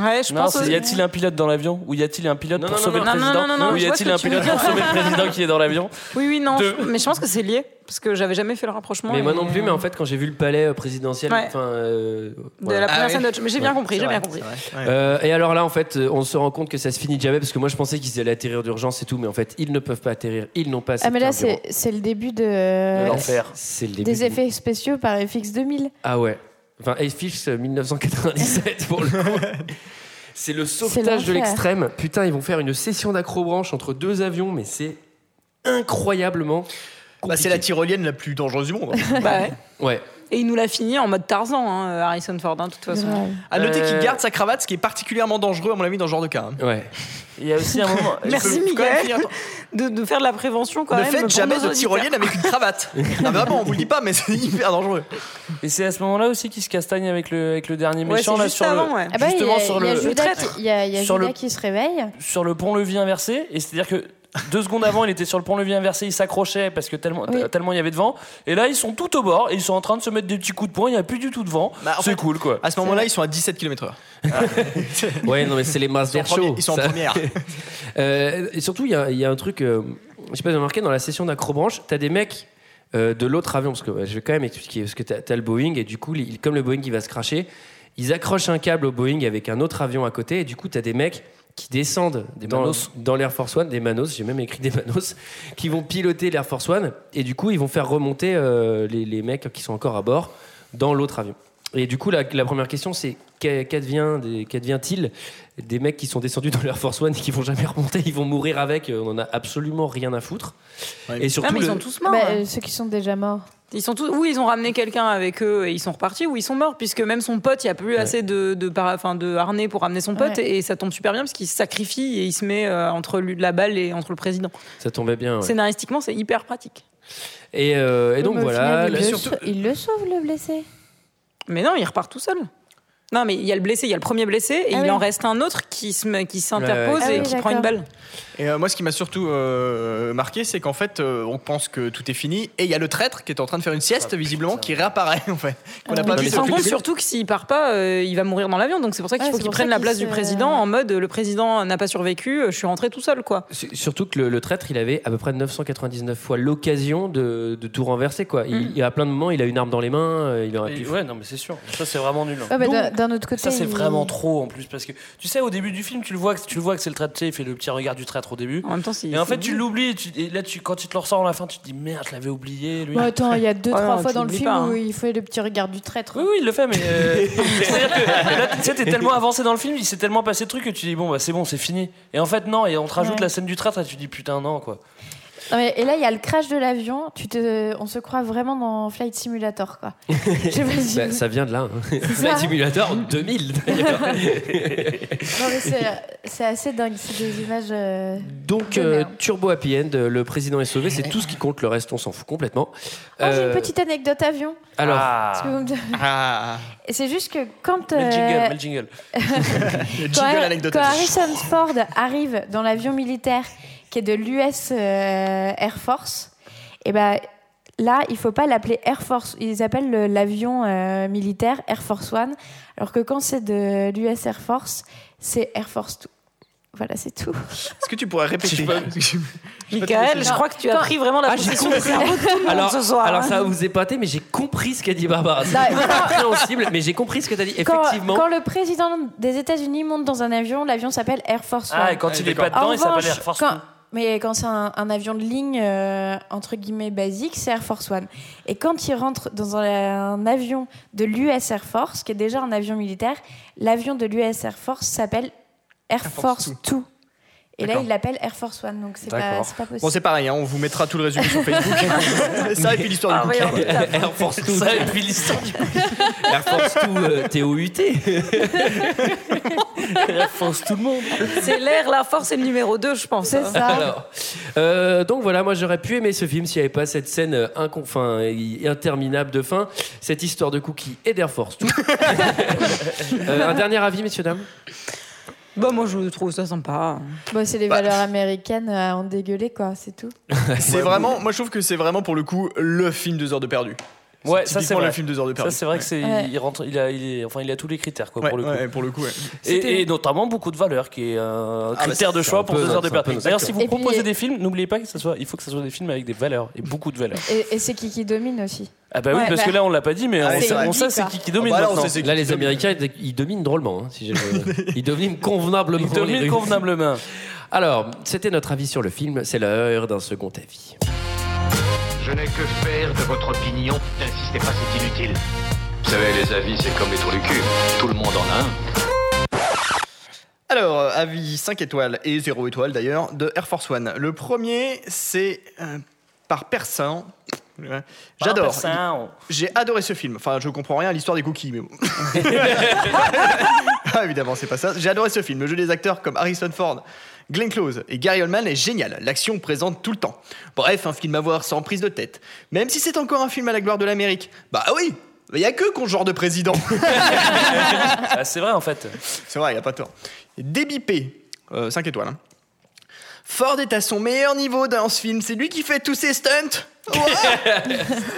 G: Ouais, je
K: non,
G: pense
K: c'est,
G: aussi.
K: Y a-t-il un pilote dans l'avion Ou y a-t-il un pilote
A: Non,
K: pour
A: non,
K: sauver
A: non,
K: le
A: non,
K: président
G: non, non, non,
K: Ou
G: je
K: y
G: vois
K: a-t-il
G: ce
K: un
G: que tu
K: pilote
G: veux
K: pour
G: dire.
K: sauver le président qui est dans l'avion
G: Oui, oui, non,
K: Deux.
G: je- mais je pense que c'est lié, parce que j'avais jamais fait le rapprochement.
A: mais moi
G: et-
A: non plus, mais en fait quand j'ai vu le palais euh, présidentiel,
G: Ouais.
A: enfin. euh,
G: De
A: voilà.
G: la première scène de Hot Shot. Mais j'ai bien
A: Ouais.
G: compris, j'ai bien compris.
A: Euh, et alors là, en fait, euh, on se rend compte que ça se finit jamais parce que moi, je pensais qu'ils allaient atterrir d'urgence et tout, mais en fait, ils ne peuvent pas atterrir. Ils n'ont pas. assez
L: Ah, mais
A: de
L: là,
A: carburant.
L: c'est c'est le début de.
A: De l'enfer. C'est le début
L: Des
A: du-
L: effets spéciaux par FX 2000.
A: Ah ouais. Enfin, Fix 1997 pour le coup. C'est le sauvetage de
L: l'enfer.
A: l'extrême. Putain, ils vont faire une session d'acrobranche entre deux avions, mais c'est incroyablement.
F: Bah, c'est la tyrolienne la plus dangereuse du monde. hein.
G: Bah ouais.
A: Ouais.
G: Et il nous l'a fini en mode Tarzan, hein, Harrison Ford, hein, de toute façon.
F: À noter qu'il
G: Euh,
F: garde sa cravate, ce qui est particulièrement dangereux à mon avis dans ce genre de cas. hein.
A: Ouais.
K: Il y a aussi un moment.
G: Merci
F: Je peux quand même
G: Miguel de, de faire de la prévention quand
F: ne
G: même.
F: faites
G: pour
F: jamais
G: nos
F: de
G: auditeurs.
F: tyrolienne avec une cravate. non, mais vraiment, on vous le dit pas, mais c'est hyper dangereux.
K: Et c'est à ce moment-là aussi qu'il se castagne avec le, avec le dernier
L: Ouais,
K: méchant
L: c'est
K: là
L: juste
K: sur
L: avant,
K: le
L: ouais. Ah bah, il y a-
K: justement sur
L: il y a
K: le,
L: Judas qui- il y a- il y a
K: sur
L: Judas qui se réveille.
K: sur le pont-levis inversé et c'est-à-dire que deux secondes avant, il était sur le pont-levis inversé, il s'accrochait parce que tellement
L: Oui.
K: tellement il y avait de vent et là ils sont tout au bord et ils sont en train de se mettre des petits coups de poing, il n'y a plus du tout de vent. c'est cool quoi.
F: À ce moment-là, ils sont à 17 km/h.
A: Ouais, non, mais c'est les Mazda
F: Ils sont en
A: Show.
F: première- ils sont en
A: ça.
F: première.
A: Euh, et surtout, il y a, il y a un truc, euh, je sais pas si vous avez remarqué, dans la session d'acrobranche, t'as des mecs euh, de l'autre avion, parce que ouais, je vais quand même expliquer, parce que t'as as le Boeing, et du coup, il- comme le Boeing il va se cracher, ils accrochent un câble au Boeing avec un autre avion à côté, et du coup, t'as des mecs qui descendent dans,
K: Manos.
A: dans l'Air Force One, des Manos, j'ai même écrit des Manos, qui vont piloter l'Air Force One, et du coup, ils vont faire remonter euh, les, les mecs qui sont encore à bord dans l'autre avion. Et du coup, la, la première question, c'est qu'a- qu'advient des- qu'advient-il des mecs qui sont descendus dans l'Air Force One et qui vont jamais remonter Ils vont mourir avec, euh, on en a absolument rien à foutre. Et surtout,
G: Ah, mais ils
A: le-
G: sont tous morts.
L: Bah,
G: hein.
L: euh, ceux qui sont déjà morts.
G: Ils sont tous, ou ils ont ramené quelqu'un avec eux et ils sont repartis, ou ils sont morts, puisque même son pote, il n'y a plus assez de, de, para- enfin, de harnais pour ramener son pote,
L: Ouais.
G: et ça tombe super bien parce qu'il se sacrifie et il se met euh, entre lui, la balle et entre le président.
A: ça tombait bien. ouais.
G: Scénaristiquement, c'est hyper pratique.
A: Et, euh, et
L: Oui,
A: donc
L: mais au
A: voilà.
L: final,
A: la-
L: il, le sau- il le sauve, le blessé.
G: Mais non, il repart tout seul. Non, mais il y a le blessé, il y a le premier blessé, et
L: Ah
G: il
L: oui.
G: en reste un autre qui se met- qui s'interpose
F: Ouais, ouais.
G: et
F: Ah oui,
G: qui prend une
F: d'accord.
G: balle.
F: Et euh, moi, ce qui m'a surtout euh, marqué, c'est qu'en fait, euh, on pense que tout est fini, et il y a le traître qui est en train de faire une
K: Ah,
F: sieste, visiblement, qui réapparaît, en fait. Qu'on
G: Ah, Mais
F: n'a pas
G: tu te
F: vu depuis
G: rends
F: le
G: compte
F: début.
G: surtout que s'il part pas, euh, il va mourir dans l'avion. Donc c'est pour ça qu'il
L: Ouais,
G: faut
L: c'est
G: qu'il
L: pour
G: prenne
L: ça
G: la
L: qu'il
G: place du
L: se-
G: président en mode euh, le président n'a pas survécu, euh, je suis rentré tout seul quoi.
A: su- Surtout que le, le traître, il avait à peu près 999 fois l'occasion de, de tout renverser. Quoi. Il, il- à plein de moments, il a une arme dans les mains. euh, Il aurait
K: Et-
A: pu.
K: ouais, non, mais c'est sûr. Ça, c'est vraiment nul. hein.
L: Ouais, bah, mais
K: Donc,
L: d'un- d'un autre côté,
K: Ça, c'est
L: il-
K: vraiment trop en plus. Parce que tu sais, au début du film, tu le vois que, tu le vois que c'est le traître. Tu sais, il fait le petit regard du traître au début.
G: En même temps, c'est-
K: Et en fait,
G: c'est
K: tu
G: nul.
K: l'oublies. et tu- Et là, tu, quand tu te le ressors à la fin, tu te dis merde, je l'avais oublié. Lui.
L: Bon, Bah, attends, il y a deux,
A: Oh
K: Ah
L: trois
K: non,
L: fois
K: tu
L: dans le
K: l'oublies
L: film
K: pas, hein.
L: où il fait le petit regard du traître.
K: Oui, oui, il le fait, mais. euh, C'est-à-dire que là, tu sais, t'es tellement avancé dans le film, il s'est tellement passé de trucs que tu dis, bon, bah, c'est bon, c'est fini. Et en fait, non, et on te rajoute
L: Ouais.
K: la scène du traître et tu dis, putain, non, quoi.
L: Non, mais- et là, il y a le crash de l'avion. Tu te, on se croit vraiment dans Flight Simulator, quoi.
A: Bah, ça vient de là. hein.
L: ça.
A: Flight Simulator 2000 d'ailleurs.
L: Non, mais c'est- c'est assez dingue. C'est des images. euh,
A: Donc,
L: de
A: euh,
L: merde.
A: Turbo Happy End, euh, le président est sauvé, c'est tout ce qui compte, le reste on s'en fout complètement.
L: Oh, j'ai
A: Euh,
L: une petite anecdote avion.
K: Ah.
A: Alors,
L: Est-ce que vous me direz-
F: Ah.
L: Et c'est juste que quand.
K: Mets le jingle,
L: euh,
K: mets le jingle.
L: quand,
K: jingle
L: Har-
K: anecdote.
L: quand Harrison Ford arrive dans l'avion militaire qui est de l'US euh, Air Force, Et ben là, il faut pas l'appeler Air Force. Ils appellent le- l'avion euh, militaire Air Force One, alors que quand c'est de l'US Air Force, c'est Air Force Two. Voilà, c'est tout.
F: Est-ce que tu pourrais répéter
G: Michael, je crois que tu as
L: Quand-
G: pris vraiment la
L: Ah, j'ai
G: position du
L: compris.
G: cerveau de tout le monde
A: Alors,
G: ce soir.
A: alors ça va vous épater, mais j'ai compris ce qu'a dit Barbara. C'est
L: Non, mais-
A: incompréhensible, mais j'ai compris ce que t'as dit.
L: Quand,
A: Effectivement.
L: quand le président des États-Unis monte dans un avion, l'avion s'appelle Air Force One.
K: Ah, et quand il est pas dedans,
L: En
K: il s'appelle
L: revanche,
K: Air Force
L: quand-
K: Two.
L: Mais quand c'est un, un avion de ligne, euh, entre guillemets, basique, c'est Air Force One. Et quand il rentre dans un, un avion de l'US Air Force, qui est déjà un avion militaire, l'avion de l'US Air Force s'appelle Air, Force, Two. Et là,
F: D'accord.
L: il l'appelle Air Force One, donc c'est pas, c'est pas possible.
F: Bon, c'est pareil, hein, on vous mettra tout le résumé sur Facebook. ça et puis l'histoire du
L: Ah,
F: bouquin.
L: voyons, putain.
A: Air Force Two.
K: Ça, et puis l'histoire
A: du Air Force Two, euh, T-O-U-T. Air Force tout le monde.
G: C'est l'air, la force et le numéro 2, je pense. hein. C'est
L: Ah.
A: Alors, euh, donc voilà, moi j'aurais pu aimer ce film s'il n'y avait pas cette scène euh, incon- enfin, i- interminable de fin, cette histoire de Cookie et d'Air Force. Two. Euh, un dernier avis, messieurs, dames
G: Bah, moi, je trouve ça sympa.
L: Bon, c'est les valeurs américaines à en dégueuler, quoi, c'est tout.
F: C'est vraiment, moi je trouve que c'est vraiment pour le coup le film 2 heures de perdu.
K: Ouais, ça c'est
F: typiquement
K: vrai.
F: le film 2 heures de perdu.
K: Ça c'est vrai que c'est
L: Ouais.
K: il rentre, il a, il est, enfin il a tous les critères quoi
F: Ouais,
K: pour le coup.
F: ouais, pour le coup, ouais.
K: Et, et notamment beaucoup de valeur qui est un
F: Ah,
K: critère
F: bah,
K: de
F: c'est
K: choix
F: un
K: pour
F: peu
K: deux heures
F: notre-
K: de
F: c'est un
K: perdu.
F: peu notre
K: D'ailleurs, si vous
L: Et puis,
K: proposez
L: euh,
K: des films, n'oubliez pas que ça soit, il faut que ce soit des films avec des valeurs et beaucoup de valeur.
L: Et, et c'est qui qui domine aussi.
K: Ah bah oui,
L: Ouais,
K: parce
L: bah-
K: que là on l'a pas dit, mais
L: Ah,
K: on,
L: c'est
K: sait, on
L: dit,
K: sait c'est
L: quoi.
K: qui qui domine
F: Ah bah là, on
K: maintenant.
F: sait c'est
A: Là, les Américains, ils dominent drôlement. hein, si j'ai- ils dominent convenablement.
K: Ils dominent
A: les Russes.
K: convenablement.
A: Alors, c'était notre avis sur le film. C'est l'heure d'un second avis.
P: Je n'ai que faire de votre opinion. N'insistez pas, c'est inutile.
E: Vous savez, les avis, c'est comme les trous du cul. Tout le monde en a un.
F: Alors, euh, avis 5 étoiles et 0 étoiles d'ailleurs de Air Force One. Le premier, c'est euh, par Persin. Ouais. J'adore.
K: Persin.
F: J'ai adoré ce film. Enfin, je comprends rien à l'histoire des cookies, mais bon. ah, évidemment, c'est pas ça. J'ai adoré ce film. Le jeu des acteurs comme Harrison Ford, Glenn Close et Gary Oldman est génial. L'action présente tout le temps. Bref, un film à voir sans prise de tête. Même si c'est encore un film à la gloire de l'Amérique. Bah oui, il y a que qu'on genre de président.
K: Ah, c'est vrai en fait.
F: C'est vrai, il a pas tort. Débipé, 5 étoiles. hein. Ford est à son meilleur niveau dans ce film. C'est lui qui fait tous ses stunts. Wow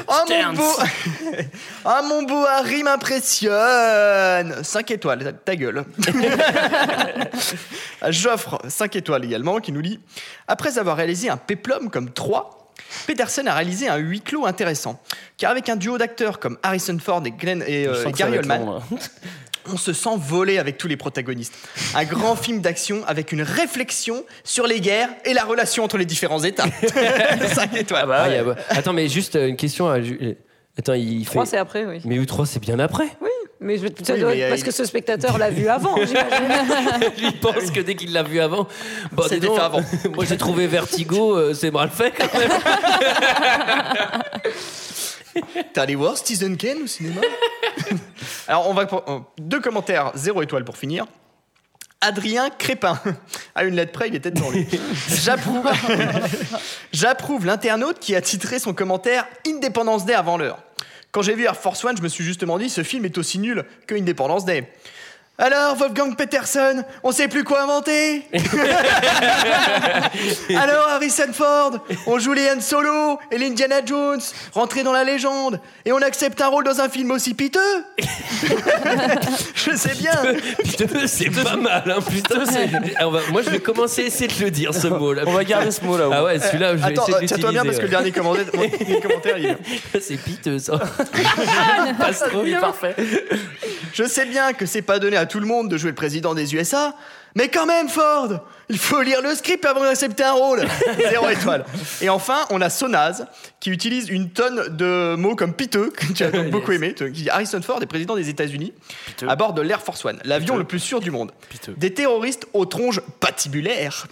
F: ah, mon
O: Stunts.
F: beau... ah mon beau Harry m'impressionne. 5 étoiles, ta- ta gueule. J'offre 5 étoiles également qui nous lit Après avoir réalisé un péplum comme 3, Peterson a réalisé un huis clos intéressant. Car avec un duo d'acteurs comme Harrison Ford et, Glenn, et euh,
K: Je sens que ça
F: Gary
K: va être
F: Oldman,
K: long, là.
F: on se sent volé avec tous les protagonistes. Un grand film d'action avec une réflexion sur les guerres et la relation entre les différents États. 5 étoiles.
A: Ah, il y a- Attends, mais juste euh, une question. à Ju- Attends, il fait.
G: Trois, c'est après, oui.
A: Mais où 3, c'est bien après.
G: Mais je, ça
A: Oui,
G: doit
A: mais,
G: être
A: euh,
G: parce
A: il-
G: que ce spectateur l'a vu avant, j'imagine.
A: Lui, il pense que dès qu'il l'a vu avant, bon,
F: C'était
A: dis donc,
F: fait avant.
A: moi j'ai trouvé Vertigo, euh, c'est mal fait quand même.
F: T'es allé voir Stephen King au cinéma Alors, on va pour- euh, deux commentaires, zéro étoile pour finir. Adrien Crépin. À une lettre près, il était devant lui. J'approuve. J'approuve l'internaute qui a titré son commentaire Indépendance Day avant l'heure. Quand j'ai vu Air Force One, je me suis justement dit ce film est aussi nul que Indépendance Day. Alors, Wolfgang Peterson, on sait plus quoi inventer Alors Harrison Ford, on joue les Han Solo et l'Indiana Jones, rentré dans la légende, et on accepte un rôle dans un film aussi piteux Je sais bien
A: Putain, c'est pas mal, hein, putain. c'est- on va- Moi je vais commencer à essayer de le dire ce mot là.
K: On va garder ce mot-là, ouais.
A: Ah ouais, celui-là, je vais
F: Attends,
A: essayer de
F: euh, tiens-toi bien parce que le dernier commentaire, mon dernier commentaire, il est-
A: que C'est piteux ça. Passe trop vite, parfait.
F: Je sais bien que c'est pas donné à tout le monde de jouer le président des USA, mais quand même, Ford Il faut lire le script avant d'accepter un rôle Zéro étoile. Et enfin, on a Sonaz, qui utilise une tonne de mots comme piteux, que tu as donc beaucoup aimé, te- qui dit Harrison Ford est président des États-Unis, à bord de l'Air Force One, l'avion le plus sûr du monde. Des terroristes aux tronches patibulaires.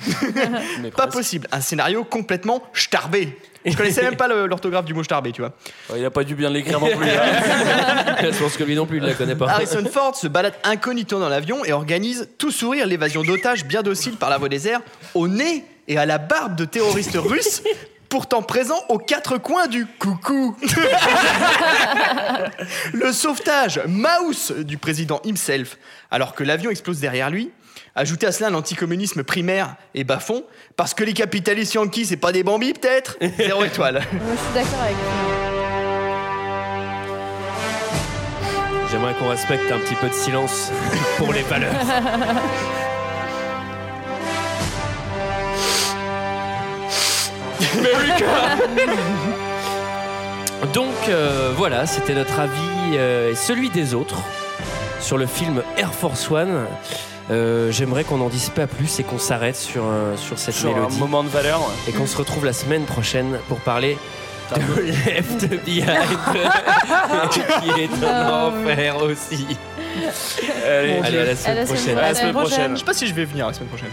F: pas possible. Un scénario complètement starbé. Je connaissais même pas le- l'orthographe du mot starbé, tu vois.
K: Il a pas dû bien l'écrire non plus. là.
A: Je pense que lui non plus, il la connaît pas.
F: Harrison Ford se balade incognito dans l'avion et organise tout sourire l'évasion d'otages bien dociles par la voie des airs au nez et à la barbe de terroristes russes pourtant présent aux quatre coins du coucou. le sauvetage mouse du président himself, alors que l'avion explose derrière lui. Ajoutez à cela l'anticommunisme primaire et bas-fond, parce que les capitalistes yankees, c'est pas des bambis peut-être Zéro étoile.
L: Moi, je suis d'accord avec
A: J'aimerais qu'on respecte un petit peu de silence pour les valeurs. Donc euh, voilà, c'était notre avis euh, et celui des autres sur le film Air Force One. Euh, J'aimerais qu'on n'en dise pas plus et qu'on s'arrête sur, euh, sur cette
K: Sur un
A: mélodie.
K: moment
A: de valeur. Et qu'on se retrouve la semaine prochaine pour parler de Left Behind, qui est un enfer aussi. Allez,
F: Mon
A: allez,
F: Dieu.
A: à la semaine prochaine.
F: Je sais pas si je vais venir la semaine prochaine.